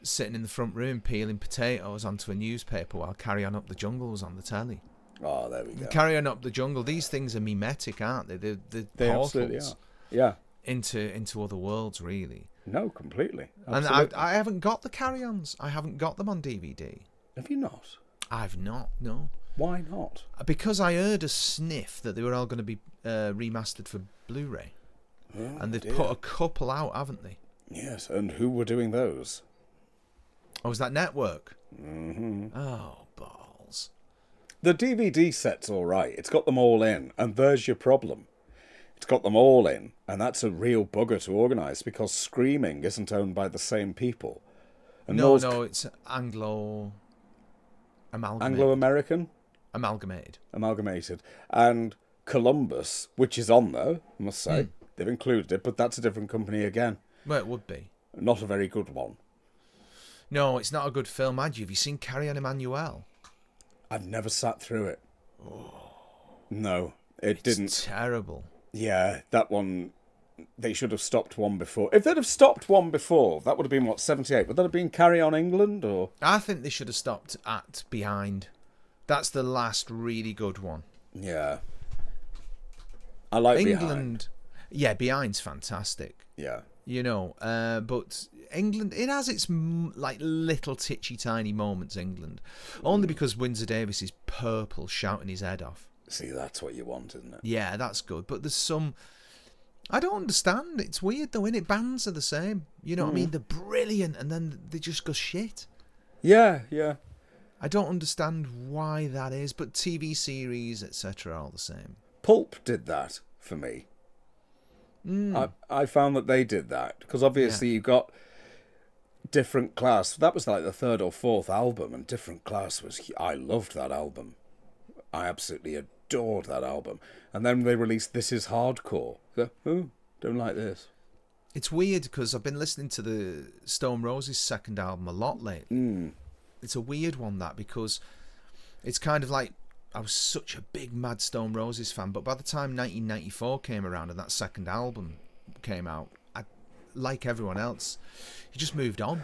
S2: sitting in the front room peeling potatoes onto a newspaper while Carry On Up the Jungle was on the telly.
S3: Oh, there we go.
S2: Carry On Up the Jungle, these things are mimetic, aren't they? They're, they're
S3: They
S2: portals
S3: absolutely are. Yeah.
S2: Into, into other worlds, really.
S3: No, completely.
S2: And
S3: Absolutely.
S2: I, I haven't got the Carry Ons. I haven't got them on DVD.
S3: Have you not?
S2: I've not, no.
S3: Why not?
S2: Because I heard a sniff that they were all going to be uh, remastered for Blu ray.
S3: Oh,
S2: and they've put a couple out, haven't they?
S3: Yes, and who were doing those?
S2: Oh, was that network? Mm-hmm. Oh, balls.
S3: The DVD set's all right. It's got them all in, and there's your problem. It's got them all in, and that's a real bugger to organise because Screaming isn't owned by the same people. And
S2: No,
S3: North
S2: no, it's Anglo amalgamated.
S3: Anglo American
S2: amalgamated.
S3: amalgamated, and Columbus, which is on there, I must say,
S2: Hmm.
S3: they've included it, but that's a different company again.
S2: Well, it would be.
S3: Not a very good one.
S2: No, it's not a good film, had you? Have you seen Carry On Emmanuel?
S3: I've never sat through it. No, it didn't.
S2: Oh. It's terrible.
S3: Yeah, that one. They should have stopped one before. If they'd have stopped one before, that would have been what seventy eight. Would that have been Carry On England or?
S2: I think they should have stopped at Behind. That's the last really good one.
S3: Yeah. I like Behind.
S2: England. Yeah, Behind's fantastic.
S3: Yeah,
S2: you know. Uh, but England, it has its m- like little titchy tiny moments. England, only because Windsor Davis is purple, shouting his head off.
S3: See, that's what you want, isn't it?
S2: Yeah, that's good. But there's some. I don't understand. It's weird though, innit? Bands are the same. You know what I mean? They're brilliant, and then they just go shit.
S3: Yeah, yeah.
S2: I don't understand why that is, but TV series, etc., are all the same.
S3: Pulp did that for me.
S2: Hmm.
S3: I, I found that they did that because obviously you got different class. That was like the third or fourth album, and different class was. hu- I loved that album. I absolutely adored that album. And then they released This Is Hardcore. So, Ooh, don't like this.
S2: It's weird because I've been listening to the Stone Roses second album a lot lately. It's a weird one that because it's kind of like I was such a big Mad Stone Roses fan, but by the time 1994 came around and that second album came out, I, like everyone else, he just moved on.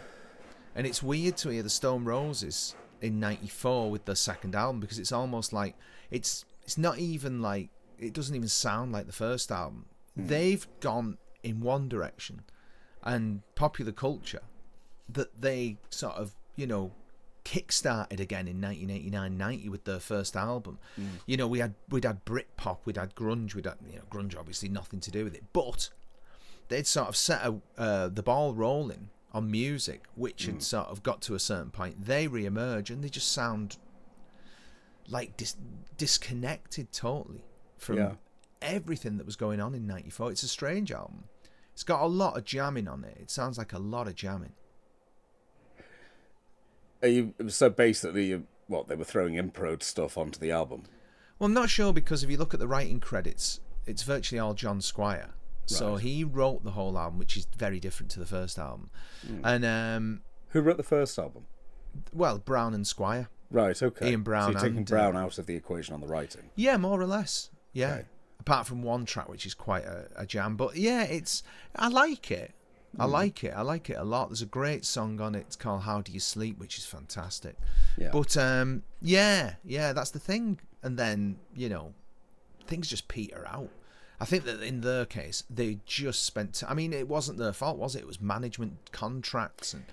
S2: And it's weird to hear the Stone Roses in '94 with their second album because it's almost like it's it's not even like it doesn't even sound like the first album. They've gone in one direction, and popular culture that they sort of you know kick-started again in 1989-90 with their first album you know we had we'd had britpop we'd had grunge we'd had you know grunge obviously nothing to do with it but they'd sort of set a, uh, the ball rolling on music, which had sort of got to a certain point. They re-emerge and they just sound like dis- disconnected totally from
S3: Yeah.
S2: everything that was going on in '94. It's a strange album. It's got a lot of jamming on it. It sounds like a lot of jamming.
S3: Are you, so basically, you, what they were throwing improv stuff onto the album.
S2: Well, I'm not sure because if you look at the writing credits, it's virtually all John Squire. So he wrote the whole album, which is very different to the first album. And um,
S3: Who wrote the first album?
S2: well, Brown and Squire.
S3: Right, okay.
S2: Ian Brown
S3: So you're taking
S2: and, uh,
S3: Brown out of the equation on the writing.
S2: Yeah, more or less. Yeah.
S3: Okay.
S2: Apart from one track, which is quite a, a jam, but yeah, it's I like it. I
S3: Hmm.
S2: like it. I like it a lot. There's a great song on it. It's called "How Do You Sleep," which is fantastic.
S3: Yeah.
S2: But um, yeah, yeah, that's the thing. And then you know, things just peter out. I think that in their case, they just spent. I mean, it wasn't their fault, was it? It was management contracts and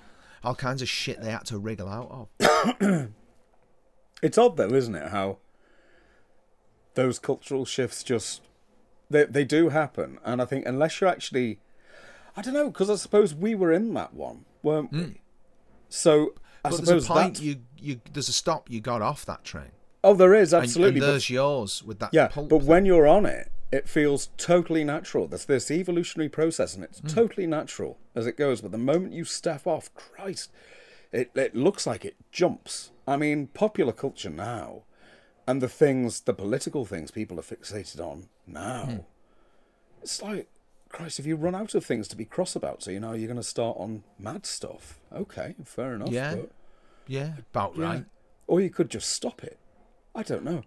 S2: all kinds of shit they had to wriggle out of.
S3: It's odd though, isn't it, how those cultural shifts just they they do happen, and I think unless you're actually, I don't know, because I suppose we were in that one, weren't we? So I
S2: Hmm. But
S3: suppose
S2: there's
S3: that
S2: a point you you there's a stop you got off that train.
S3: oh, there is
S2: And-
S3: absolutely,
S2: And,
S3: but-
S2: there's yours with that.
S3: yeah,
S2: pulp
S3: but
S2: thing.
S3: when you're on it, it feels totally natural. There's this evolutionary process, and
S2: Hmm.
S3: it's totally natural as it goes. But the moment you step off, Christ, it, it looks like it jumps. I mean, popular culture now, and the things, the political things people are fixated on now,
S2: Hmm.
S3: it's like, Christ, if you run out of things to be cross about, so you know you're going to start on mad stuff. Okay, fair enough.
S2: Yeah,
S3: but-
S2: yeah, about right.
S3: Or you could just stop it. I don't know.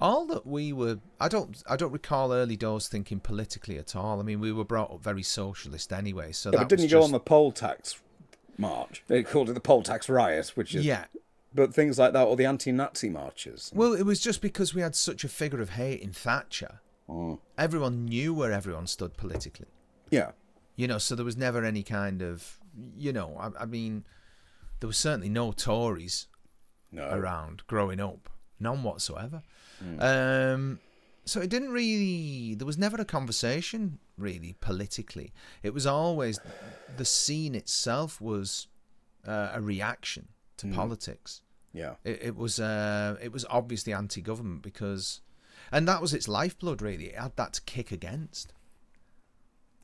S2: All that we were, I don't, I don't recall early doors thinking politically at all. I mean, we were brought up very socialist anyway, so
S3: Yeah,
S2: that
S3: but didn't you
S2: was
S3: go
S2: just-
S3: on the poll tax march? They called it the poll tax riot, which is
S2: Yeah,
S3: But things like that, or the anti-Nazi marches.
S2: well, it was just because we had such a figure of hate in Thatcher.
S3: Mm.
S2: Everyone knew where everyone stood politically.
S3: Yeah,
S2: you know so there was never any kind of you know i, I mean there was certainly no tories
S3: No.
S2: around growing up none whatsoever um so it didn't really there was never a conversation really politically it was always the scene itself was uh, a reaction to politics
S3: yeah,
S2: it, it was uh, it was obviously anti-government because and that was its lifeblood really it had that to kick against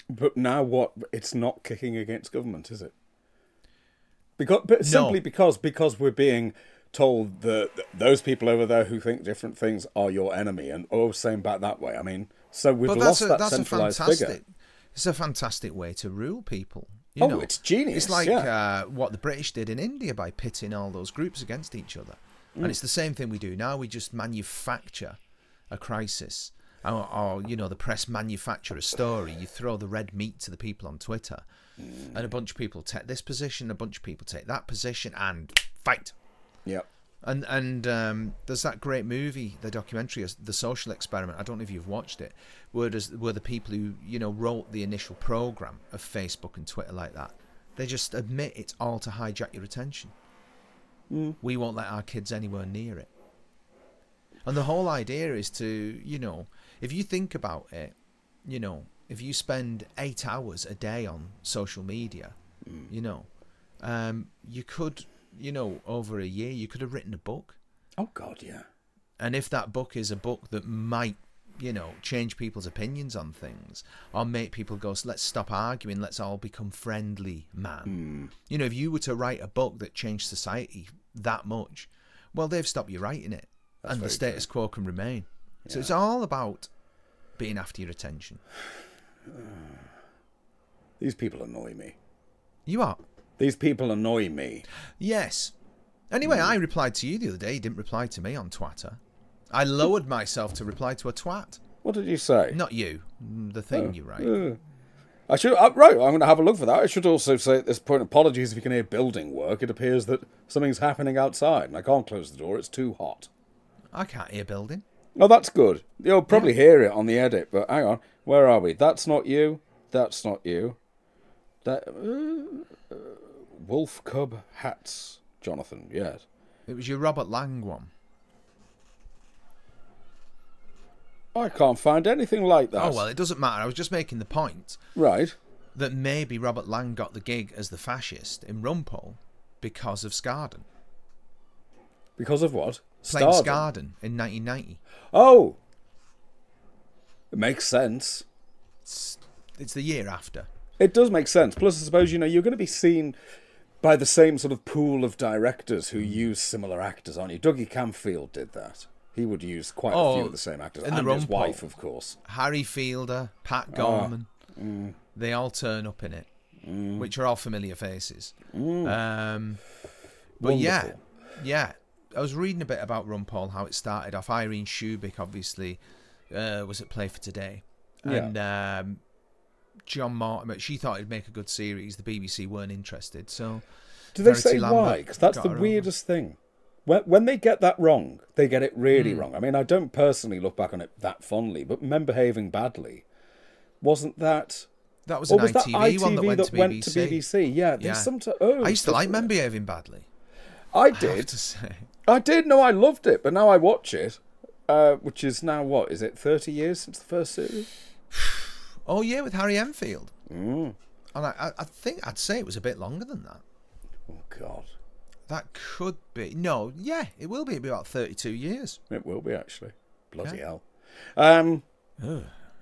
S3: but now what? It's not kicking against government, is it? Because, but simply because because we're being told that th- those people over there who think different things are your enemy, and oh, same back that way. I mean, so we've
S2: but
S3: lost
S2: that's a,
S3: that
S2: that's a
S3: centralized
S2: fantastic
S3: figure.
S2: it's a fantastic way to rule people you
S3: Oh,
S2: know
S3: it's genius,
S2: it's like
S3: yeah.
S2: uh, what the british did in india by pitting all those groups against each other
S3: Mm.
S2: and it's the same thing we do now we just manufacture a crisis or, or you know the press manufacture a story you throw the red meat to the people on twitter and a bunch of people take this position a bunch of people take that position and fight
S3: Yeah,
S2: And and um, there's that great movie, the documentary, the social experiment. I don't know if you've watched it. Where does were the people who you know wrote the initial program of Facebook and Twitter like that? They just admit it's all to hijack your attention.
S3: Mm.
S2: We won't let our kids anywhere near it. And the whole idea is to you know, if you think about it, you know, if you spend eight hours a day on social media,
S3: Mm.
S2: you know, um, you could, you know, over a year, you could have written a book.
S3: Oh God, yeah.
S2: And if that book is a book that might, you know, change people's opinions on things or make people go, let's stop arguing, let's all become friendly, man. You know, if you were to write a book that changed society that much, well, they've stopped you writing it and the
S3: very
S2: status quo can remain. So it's all about being after your attention.
S3: These people annoy me.
S2: You are.
S3: These people annoy me.
S2: Yes. Anyway, I replied to you the other day. You didn't reply to me on Twitter. I lowered myself to reply to a twat.
S3: What did you say?
S2: Not you. Mm, The thing you write.
S3: I should uh, right. I'm going to have a look for that. I should also say at this point, apologies if you can hear building work. It appears that something's happening outside, and I can't close the door. It's too hot.
S2: I can't hear building.
S3: No, that's good. You'll probably hear it on the edit. But hang on, where are we? That's not you. That's not you. That uh, uh, wolf cub hats, Jonathan. Yes.
S2: It was your Robert Lang one.
S3: I can't find anything like that.
S2: Oh, well, it doesn't matter. I was just making the point
S3: Right.
S2: that maybe Robert Lang got the gig as the fascist in Rumpole because of Scarden.
S3: Because of what?
S2: Playing
S3: Stardom.
S2: Scarden in 1990.
S3: Oh. It makes sense.
S2: It's, it's the year after.
S3: It does make sense. Plus, I suppose you know you're going to be seen by the same sort of pool of directors
S2: Mm.
S3: who use similar actors, aren't you? Dougie Camfield did that. He would use quite a
S2: Oh,
S3: few of the same actors,
S2: in the
S3: and his
S2: Rumpole.
S3: wife, of course.
S2: Harry Fielder,
S3: Ah.
S2: Pat Gorman,
S3: Mm.
S2: they all turn up in it, which are all familiar faces. Um, but yeah,
S3: Mm. Wonderful.
S2: yeah. I was reading a bit about Rumpole, how it started off. Irene Shubik, obviously, uh, was at Play for Today.
S3: Yeah.
S2: And um, John Mortimer, she thought it'd make a good series. The BBC weren't interested. So,
S3: Do they
S2: Verity
S3: say
S2: Lambert
S3: why? Because that's
S2: got
S3: the
S2: her own.
S3: weirdest thing. When, when they get that wrong, they get it really
S2: Mm.
S3: wrong. I mean, I don't personally look back on it that fondly, but men behaving badly wasn't that.
S2: that was
S3: Or
S2: an
S3: was
S2: ITV,
S3: that ITV
S2: one that went,
S3: that
S2: to,
S3: went
S2: BBC.
S3: to BBC? Yeah,
S2: Yeah.
S3: there's some. oh,
S2: I used to like
S3: different.
S2: men behaving badly.
S3: I
S2: I have
S3: did.
S2: to say.
S3: I did. No, I loved it, but now I watch it, uh, which is now what is it? Thirty years since the first series.
S2: Oh yeah, with Harry Enfield. Mm. And I, I, I think I'd say it was a bit longer than that.
S3: Oh God,
S2: That could be no, yeah, it will be about thirty-two years.
S3: it will be actually. Bloody hell. Um,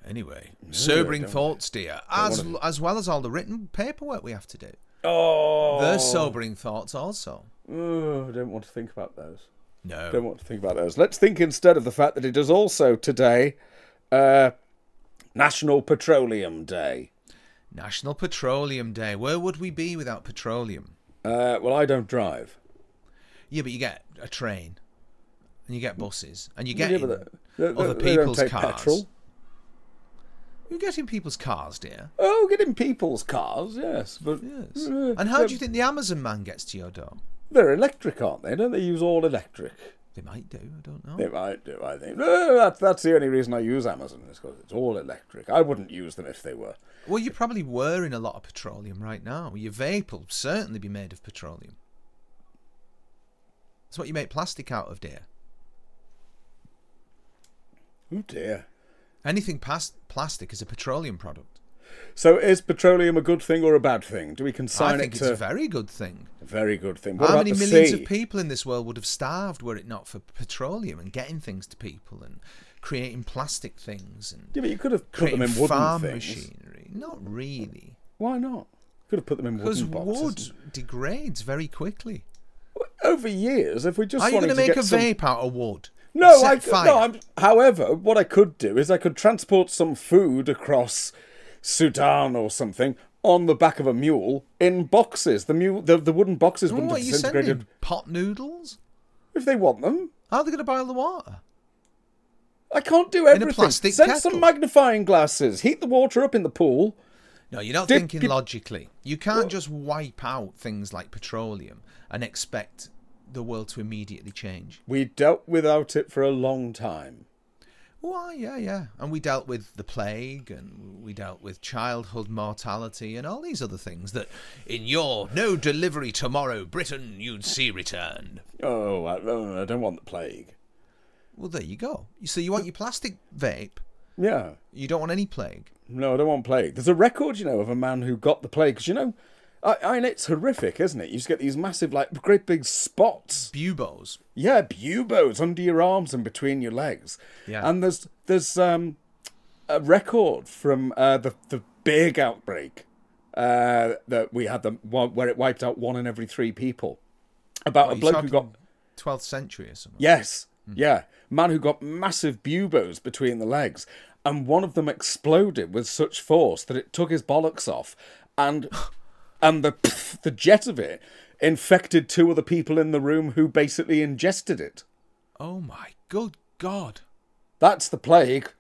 S2: Anyway, sobering
S3: don't-
S2: thoughts, dear, as as well as all the written paperwork we have to do.
S3: oh,
S2: They're sobering thoughts, also.
S3: oh, I don't want to think about those.
S2: No,
S3: Don't want to think about those. Let's think instead of the fact that it is also today uh, National Petroleum Day.
S2: National Petroleum Day. Where would we be without petroleum?
S3: Uh, well, I don't drive.
S2: Yeah, but you get a train, and you get buses, and you get
S3: Mm. Yeah, but they- they-
S2: other
S3: they don't
S2: people's
S3: take
S2: cars.
S3: petrol.
S2: you get in people's cars, dear.
S3: Oh, get in people's cars, yes. But
S2: Yes.
S3: Uh,
S2: And how
S3: they're-
S2: do you think the Amazon man gets to your door?
S3: They're electric, aren't they? Don't they use all electric?
S2: They might do. I don't know.
S3: They might do, I think. No, that's, that's the only reason I use Amazon, is because it's all electric. I wouldn't use them if they were.
S2: Well, you probably were in a lot of petroleum right now. Your vape will certainly be made of petroleum. That's what you make plastic out of, dear.
S3: Oh dear.
S2: Anything past plastic is a petroleum product.
S3: So is petroleum a good thing or a bad thing? Do we consign
S2: I think
S3: it
S2: it's
S3: to
S2: a very good thing.
S3: very good thing? What
S2: How
S3: about
S2: many
S3: the
S2: millions
S3: sea?
S2: of people in this world would have starved were it not for petroleum and getting things to people and creating plastic things and
S3: Yeah, but you could have put them
S2: creating
S3: in wooden
S2: farm
S3: things.
S2: machinery? Not really.
S3: Why not? Could have put them in
S2: Because
S3: wooden boxes.
S2: wood degrades very quickly.
S3: Over years, if we just
S2: Are you
S3: wanted
S2: going to make
S3: get
S2: a
S3: some-
S2: vape out of wood?
S3: No,
S2: Set
S3: I could,
S2: fire.
S3: no. I'm, however, what I could do is I could transport some food across Sudan or something on the back of a mule in boxes. The mule, the, the wooden boxes
S2: Oh,
S3: wouldn't
S2: what
S3: have
S2: are you sending?
S3: disintegrated
S2: Pot noodles?
S3: if they want them.
S2: How are they going to boil the water?
S3: I can't do everything.
S2: plastic
S3: Send
S2: kettle.
S3: some magnifying glasses. Heat the water up in the pool.
S2: No, you're not
S3: Dip
S2: thinking
S3: it-
S2: logically. You can't just wipe out things like petroleum and expect the world to immediately change.
S3: We dealt without it for a long time.
S2: Why, yeah, yeah. And we dealt with the plague and we dealt with childhood mortality and all these other things that in your no delivery tomorrow Britain you'd see returned.
S3: Oh, I, oh, I don't want the plague.
S2: Well, there you go. So you want your plastic vape,
S3: Yeah.
S2: you don't want any plague.
S3: No, I don't want plague. There's a record, you know, of a man who got the plague. 'cause, you know, I, I mean, it's horrific, isn't it? You just get these massive, like, great big spots.
S2: Buboes.
S3: Yeah, buboes under your arms and between your legs.
S2: Yeah.
S3: And there's there's um, a record from uh, the the big outbreak uh, that we had the one where it wiped out one in every three people. About a
S2: You
S3: bloke who
S2: talking
S3: got
S2: 12th century or something.
S3: Yes.
S2: Hmm.
S3: Yeah. Man who got massive buboes between the legs, and one of them exploded with such force that it took his bollocks off, and and the the jet of it infected two other people in the room who basically ingested it.
S2: Oh my good God.
S3: That's the plague.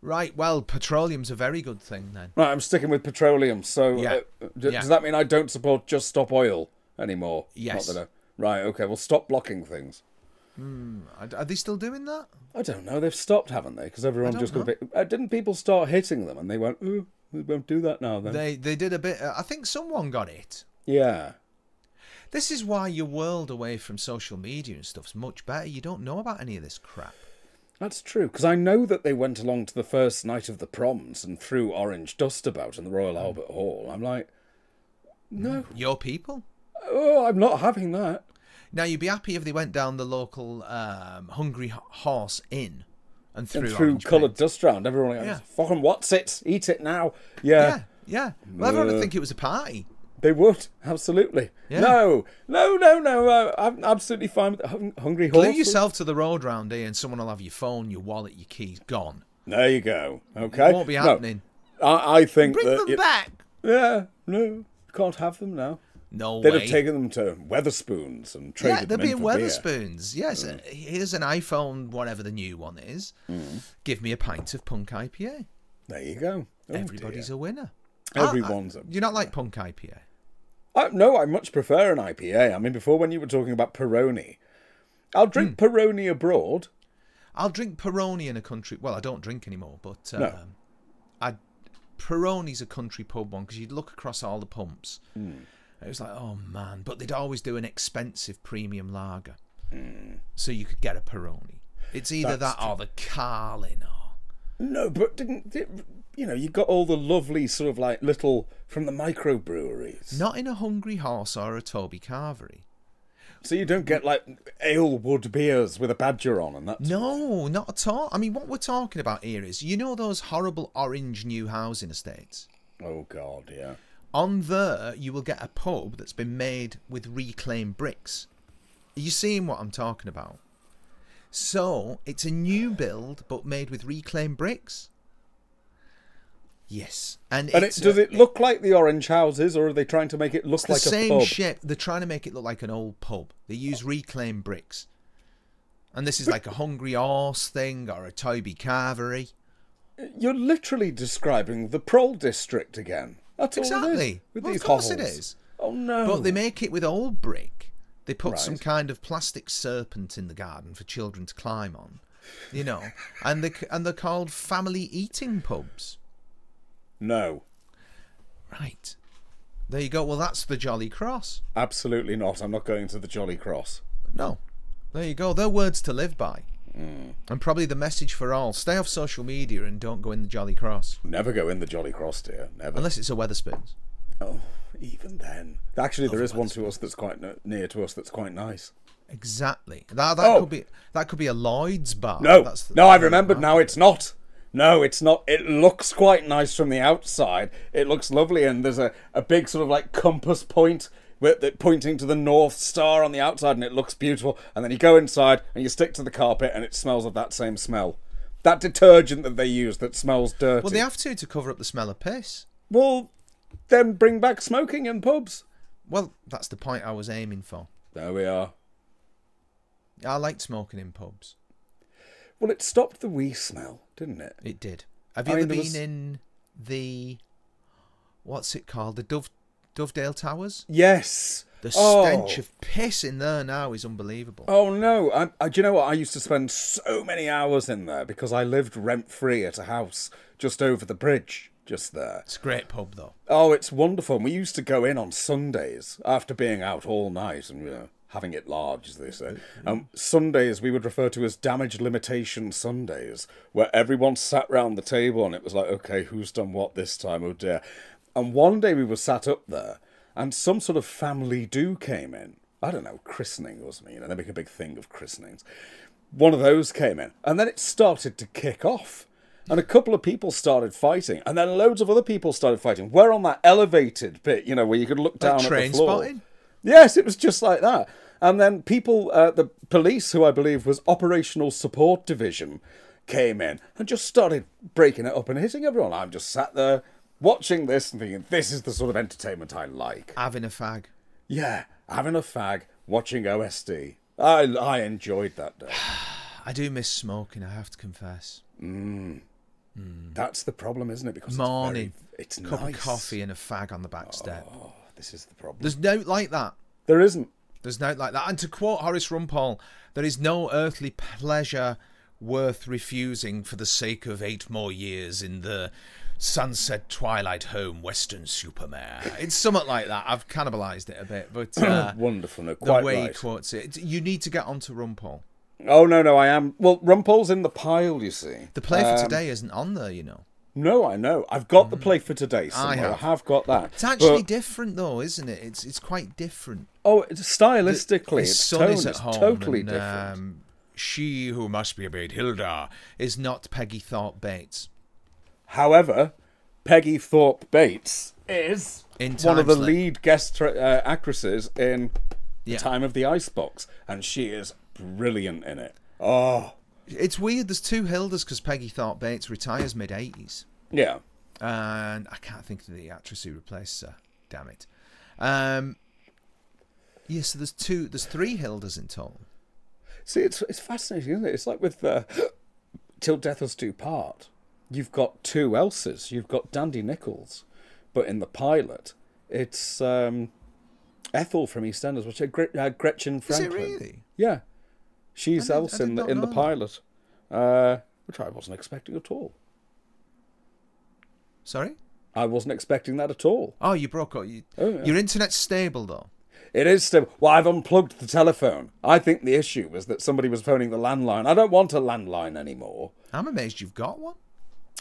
S2: Right, well, petroleum's a very good thing then.
S3: Right, I'm sticking with petroleum. So
S2: Yeah.
S3: uh, d-
S2: Yeah.
S3: does that mean I don't support Just Stop Oil anymore? Not
S2: Yes.
S3: that I- right. Okay. Well, stop blocking things.
S2: Are are they still doing that?
S3: I don't know. They've stopped, haven't they? Because everyone just got a bit. Uh, didn't people start hitting them and they went, "Ooh, we won't do that now." Then
S2: They they did a bit. uh, I think someone got it.
S3: yeah,
S2: This is why your world away from social media and stuff's much better. You don't know about any of this crap.
S3: that's true. Because I know that they went along to the first night of the proms and threw orange dust about in the
S2: Mm.
S3: Royal Albert Hall. I'm like, no,
S2: Your people.
S3: oh, I'm not having that.
S2: Now you'd be happy if they went down the local um, Hungry Ho- Horse Inn and threw,
S3: And threw
S2: orange
S3: coloured
S2: paint.
S3: dust round. Everyone like,
S2: Yeah.
S3: fucking what's it? Eat it now. Yeah,
S2: Yeah, yeah. Well, everyone would think it was a party.
S3: they would absolutely.
S2: Yeah.
S3: No, no, no, no. Uh, I'm absolutely fine with hung- hungry horse.
S2: Glue yourself to the road round here, and someone will have your phone, your wallet, your keys gone.
S3: There you go. Okay,
S2: won't be
S3: No. Uh,
S2: happening.
S3: I, I think
S2: Bring
S3: that
S2: them
S3: it-
S2: back.
S3: Yeah, no, can't have them now.
S2: No
S3: They'd
S2: way.
S3: have taken them to Weatherspoons and traded
S2: yeah, they're
S3: them in
S2: being
S3: for beer. Mm.
S2: Weatherspoons. Yes, uh, here's an iPhone, whatever the new one is.
S3: Mm.
S2: Give me a pint of punk IPA.
S3: There you go. Oh,
S2: Everybody's
S3: dear.
S2: a winner.
S3: Everyone's a-
S2: a. You're not like punk IPA.
S3: I, no, I much prefer an IPA. I mean, before when you were talking about Peroni, I'll drink Peroni abroad.
S2: I'll drink Peroni in a country. Well, I don't drink anymore, but um, I Peroni's a country pub one because you'd look across all the pumps.
S3: Mm.
S2: It was like, oh man! But they'd always do an expensive premium lager,
S3: Mm.
S2: so you could get a Peroni. It's either that or the Carlin. Or
S3: No, but didn't did, you know? You got all the lovely sort of like little from the microbreweries,
S2: not in a Hungry Horse or a Toby Carvery.
S3: so you don't get like Alewood beers with a badger on and that.
S2: No, not at all. I mean, what we're talking about here is, you know, those horrible orange new housing estates.
S3: Oh God, yeah.
S2: On there, you will get a pub that's been made with reclaimed bricks. Are you seeing what I'm talking about? So, it's a new build but made with reclaimed bricks? Yes. And,
S3: And it,
S2: it's,
S3: does
S2: uh,
S3: it look like the orange houses, or are they trying to make it look
S2: the
S3: like a
S2: same
S3: pub?
S2: shape. They're trying to make it look like an old pub. They use reclaimed bricks. And this is like a Hungry Horse thing or a Toby Carvery.
S3: You're literally describing the Prol district again. That's all it is.
S2: Exactly.
S3: With
S2: Well,
S3: these
S2: of course
S3: hovels.
S2: it is.
S3: Oh no.
S2: But they make it with old brick. They put some
S3: Right.
S2: kind of plastic serpent in the garden for children to climb on, you know. and they and they're called family eating pubs.
S3: No,
S2: Right. There you go. Well, that's the Jolly Cross.
S3: absolutely not. I'm not going to the Jolly Cross.
S2: No. There you go. They're words to live by.
S3: Hmm.
S2: And probably the message for all: stay off social media and don't go in the Jolly Cross
S3: Never go in the Jolly Cross, dear. Never.
S2: unless it's a Weatherspoons.
S3: Oh, even then. Actually, there is one to us that's quite n- near to us that's quite nice.
S2: Exactly. That that
S3: Oh.
S2: could be that could be a Lloyd's bar.
S3: No,
S2: That's the-
S3: no, I've remembered now. It's not. No, it's not. It looks quite nice from the outside. It looks lovely, and there's a, a big sort of like compass point with it pointing to the north star on the outside, and it looks beautiful. And then you go inside and you stick to the carpet, and it smells of that same smell, that detergent that they use that smells dirty.
S2: Well, they have to to cover up the smell of piss.
S3: well then bring back smoking in pubs.
S2: Well, that's the point I was aiming for.
S3: There we are.
S2: I liked smoking in pubs.
S3: Well, it stopped the wee smell, didn't it?
S2: It did. Have you
S3: I mean,
S2: ever
S3: there
S2: been
S3: was-
S2: in the what's it called? The Dove Dovedale Towers.
S3: Yes.
S2: The
S3: Oh.
S2: stench of piss in there now is unbelievable.
S3: Oh no! I, I, do you know what? I used to spend so many hours in there because I lived rent free at a house just over the bridge, just there.
S2: It's a great pub though.
S3: Oh, it's wonderful. And we used to go in on Sundays after being out all night and you know, having it large, as they say. Um, Sundays we would refer to as damage limitation Sundays, where everyone sat round the table and it was like, okay, who's done what this time? Oh dear. And one day we were sat up there and some sort of family do came in. I don't know, christening or something. You know, they make a big thing of christenings. One of those came in, and then it started to kick off. And a couple of people started fighting, and then loads of other people started fighting. We're on that elevated bit, you know, where you could look down at
S2: train
S3: the floor.
S2: spotting?
S3: Yes, it was just like that. And then people, uh, the police, who I believe was Operational Support Division, came in and just started breaking it up and hitting everyone. I'm just sat there watching this and thinking, this is the sort of entertainment I like.
S2: Having a fag.
S3: Yeah, having a fag, watching OSD. I, I enjoyed that day.
S2: Hmm. I do miss smoking. I have to confess.
S3: That's the problem, isn't it? Because
S2: Morning,
S3: it's, very, it's
S2: cup
S3: nice.
S2: of coffee and a fag on the back step.
S3: Oh, this is the problem.
S2: There's no like that.
S3: there isn't.
S2: There's no like that. And to quote Horace Rumpole, there is no earthly pleasure worth refusing for the sake of eight more years in the sunset twilight home western supermare it's somewhat like that i've cannibalized it a bit but uh,
S3: Oh, Wonderful, no,
S2: the
S3: quite
S2: way he
S3: right.
S2: quotes it you need to get onto rumpole
S3: oh no, no, I am. Well, Rumpel's in the pile, you see.
S2: the play for today isn't on there you know
S3: No, I know. I've got the play for today. Somewhere. I, have.
S2: Mm. have.
S3: got that.
S2: it's actually
S3: But-
S2: different though isn't it it's it's quite different
S3: oh, it's stylistically,
S2: His
S3: its
S2: son
S3: tone
S2: is at
S3: is
S2: home.
S3: totally
S2: and,
S3: different.
S2: Um, she who must be obeyed, Hilda, is not Peggy Thorpe Bates.
S3: However, Peggy Thorpe Bates is
S2: In
S3: one of the
S2: Timeslip.
S3: lead guest tra- uh, actresses in
S2: Yeah.
S3: The Time of the Icebox, and she is brilliant in it. Oh,
S2: It's weird. There's two Hildas because Peggy Thorpe Bates retires mid '80s,
S3: yeah.
S2: and I can't think of the actress who replaced her. Damn it. Um, yeah, so there's two. There's three Hildas in total.
S3: See, it's it's fascinating, isn't it? It's like with uh, Till Death Us Do Part. You've got two Elses. You've got Dandy Nichols, but in the pilot, it's um, Ethel from EastEnders, which is Gre- uh, Gretchen
S2: Is it
S3: Franklin.
S2: really?
S3: Yeah, she's
S2: I did- I
S3: Else
S2: did
S3: in the
S2: not
S3: in the
S2: know that.
S3: pilot, uh, which I wasn't expecting at all.
S2: Sorry.
S3: I wasn't expecting that at all.
S2: Oh, you broke up. You,
S3: Oh, yeah.
S2: Your internet's stable though.
S3: It is still. Well, I've unplugged the telephone. I think the issue was that somebody was phoning the landline. I don't want a landline anymore.
S2: I'm amazed you've got one.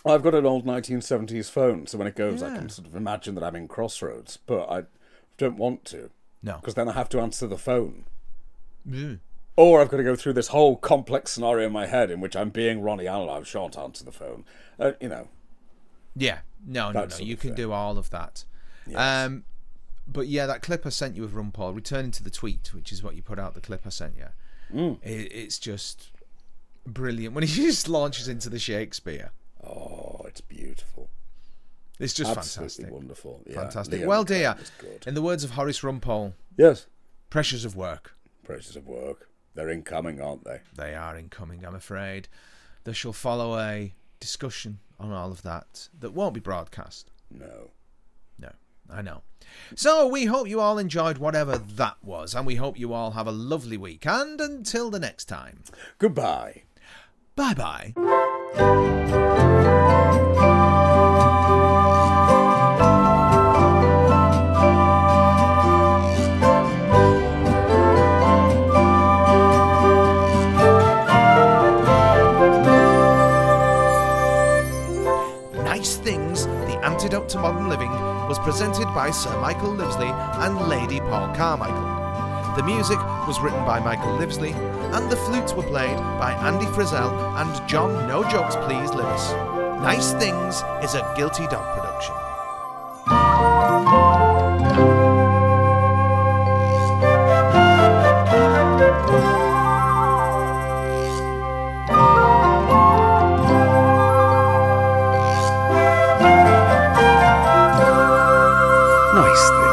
S3: I've got an old 1970s phone, so when it goes, I
S2: Yeah.
S3: can sort of imagine that I'm in Crossroads, but I don't want to
S2: No.
S3: because then I have to answer the phone.
S2: Mm.
S3: Or I've got to go through this whole complex scenario in my head in which I'm being Ronnie Allen. I shan't answer the phone. Uh, you know,
S2: Yeah, no,
S3: That
S2: no, no.
S3: sort
S2: You
S3: of
S2: can
S3: thing.
S2: do all of that. Um, but yeah, that clip I sent you of Ron Paul, returning to the tweet, which is what you put out. The clip I sent you,
S3: Mm.
S2: i- it's just brilliant when he just launches into the Shakespeare.
S3: oh, it's beautiful.
S2: It's just
S3: Absolutely
S2: fantastic,
S3: wonderful. Yeah,
S2: fantastic.
S3: Leo
S2: well,
S3: McCann
S2: dear,
S3: is good.
S2: in the words of Horace Rumpole,
S3: Yes.
S2: pressures of work
S3: Pressures of work. They're incoming, aren't they?
S2: they are incoming. I'm afraid there shall follow a discussion on all of that that won't be broadcast.
S3: No.
S2: No, I know. So we hope you all enjoyed whatever that was, and we hope you all have a lovely week. And until the next time,
S3: Goodbye.
S2: bye bye. Nice Things, The Antidote to Modern Living, was presented by Sir Michael Livesley and Lady Paul Carmichael. The music was written by Michael Livesley, and the flutes were played by Andy Frizzell and John No Jokes Please Lewis. Nice Things is a Guilty Dog production.
S3: Nice things.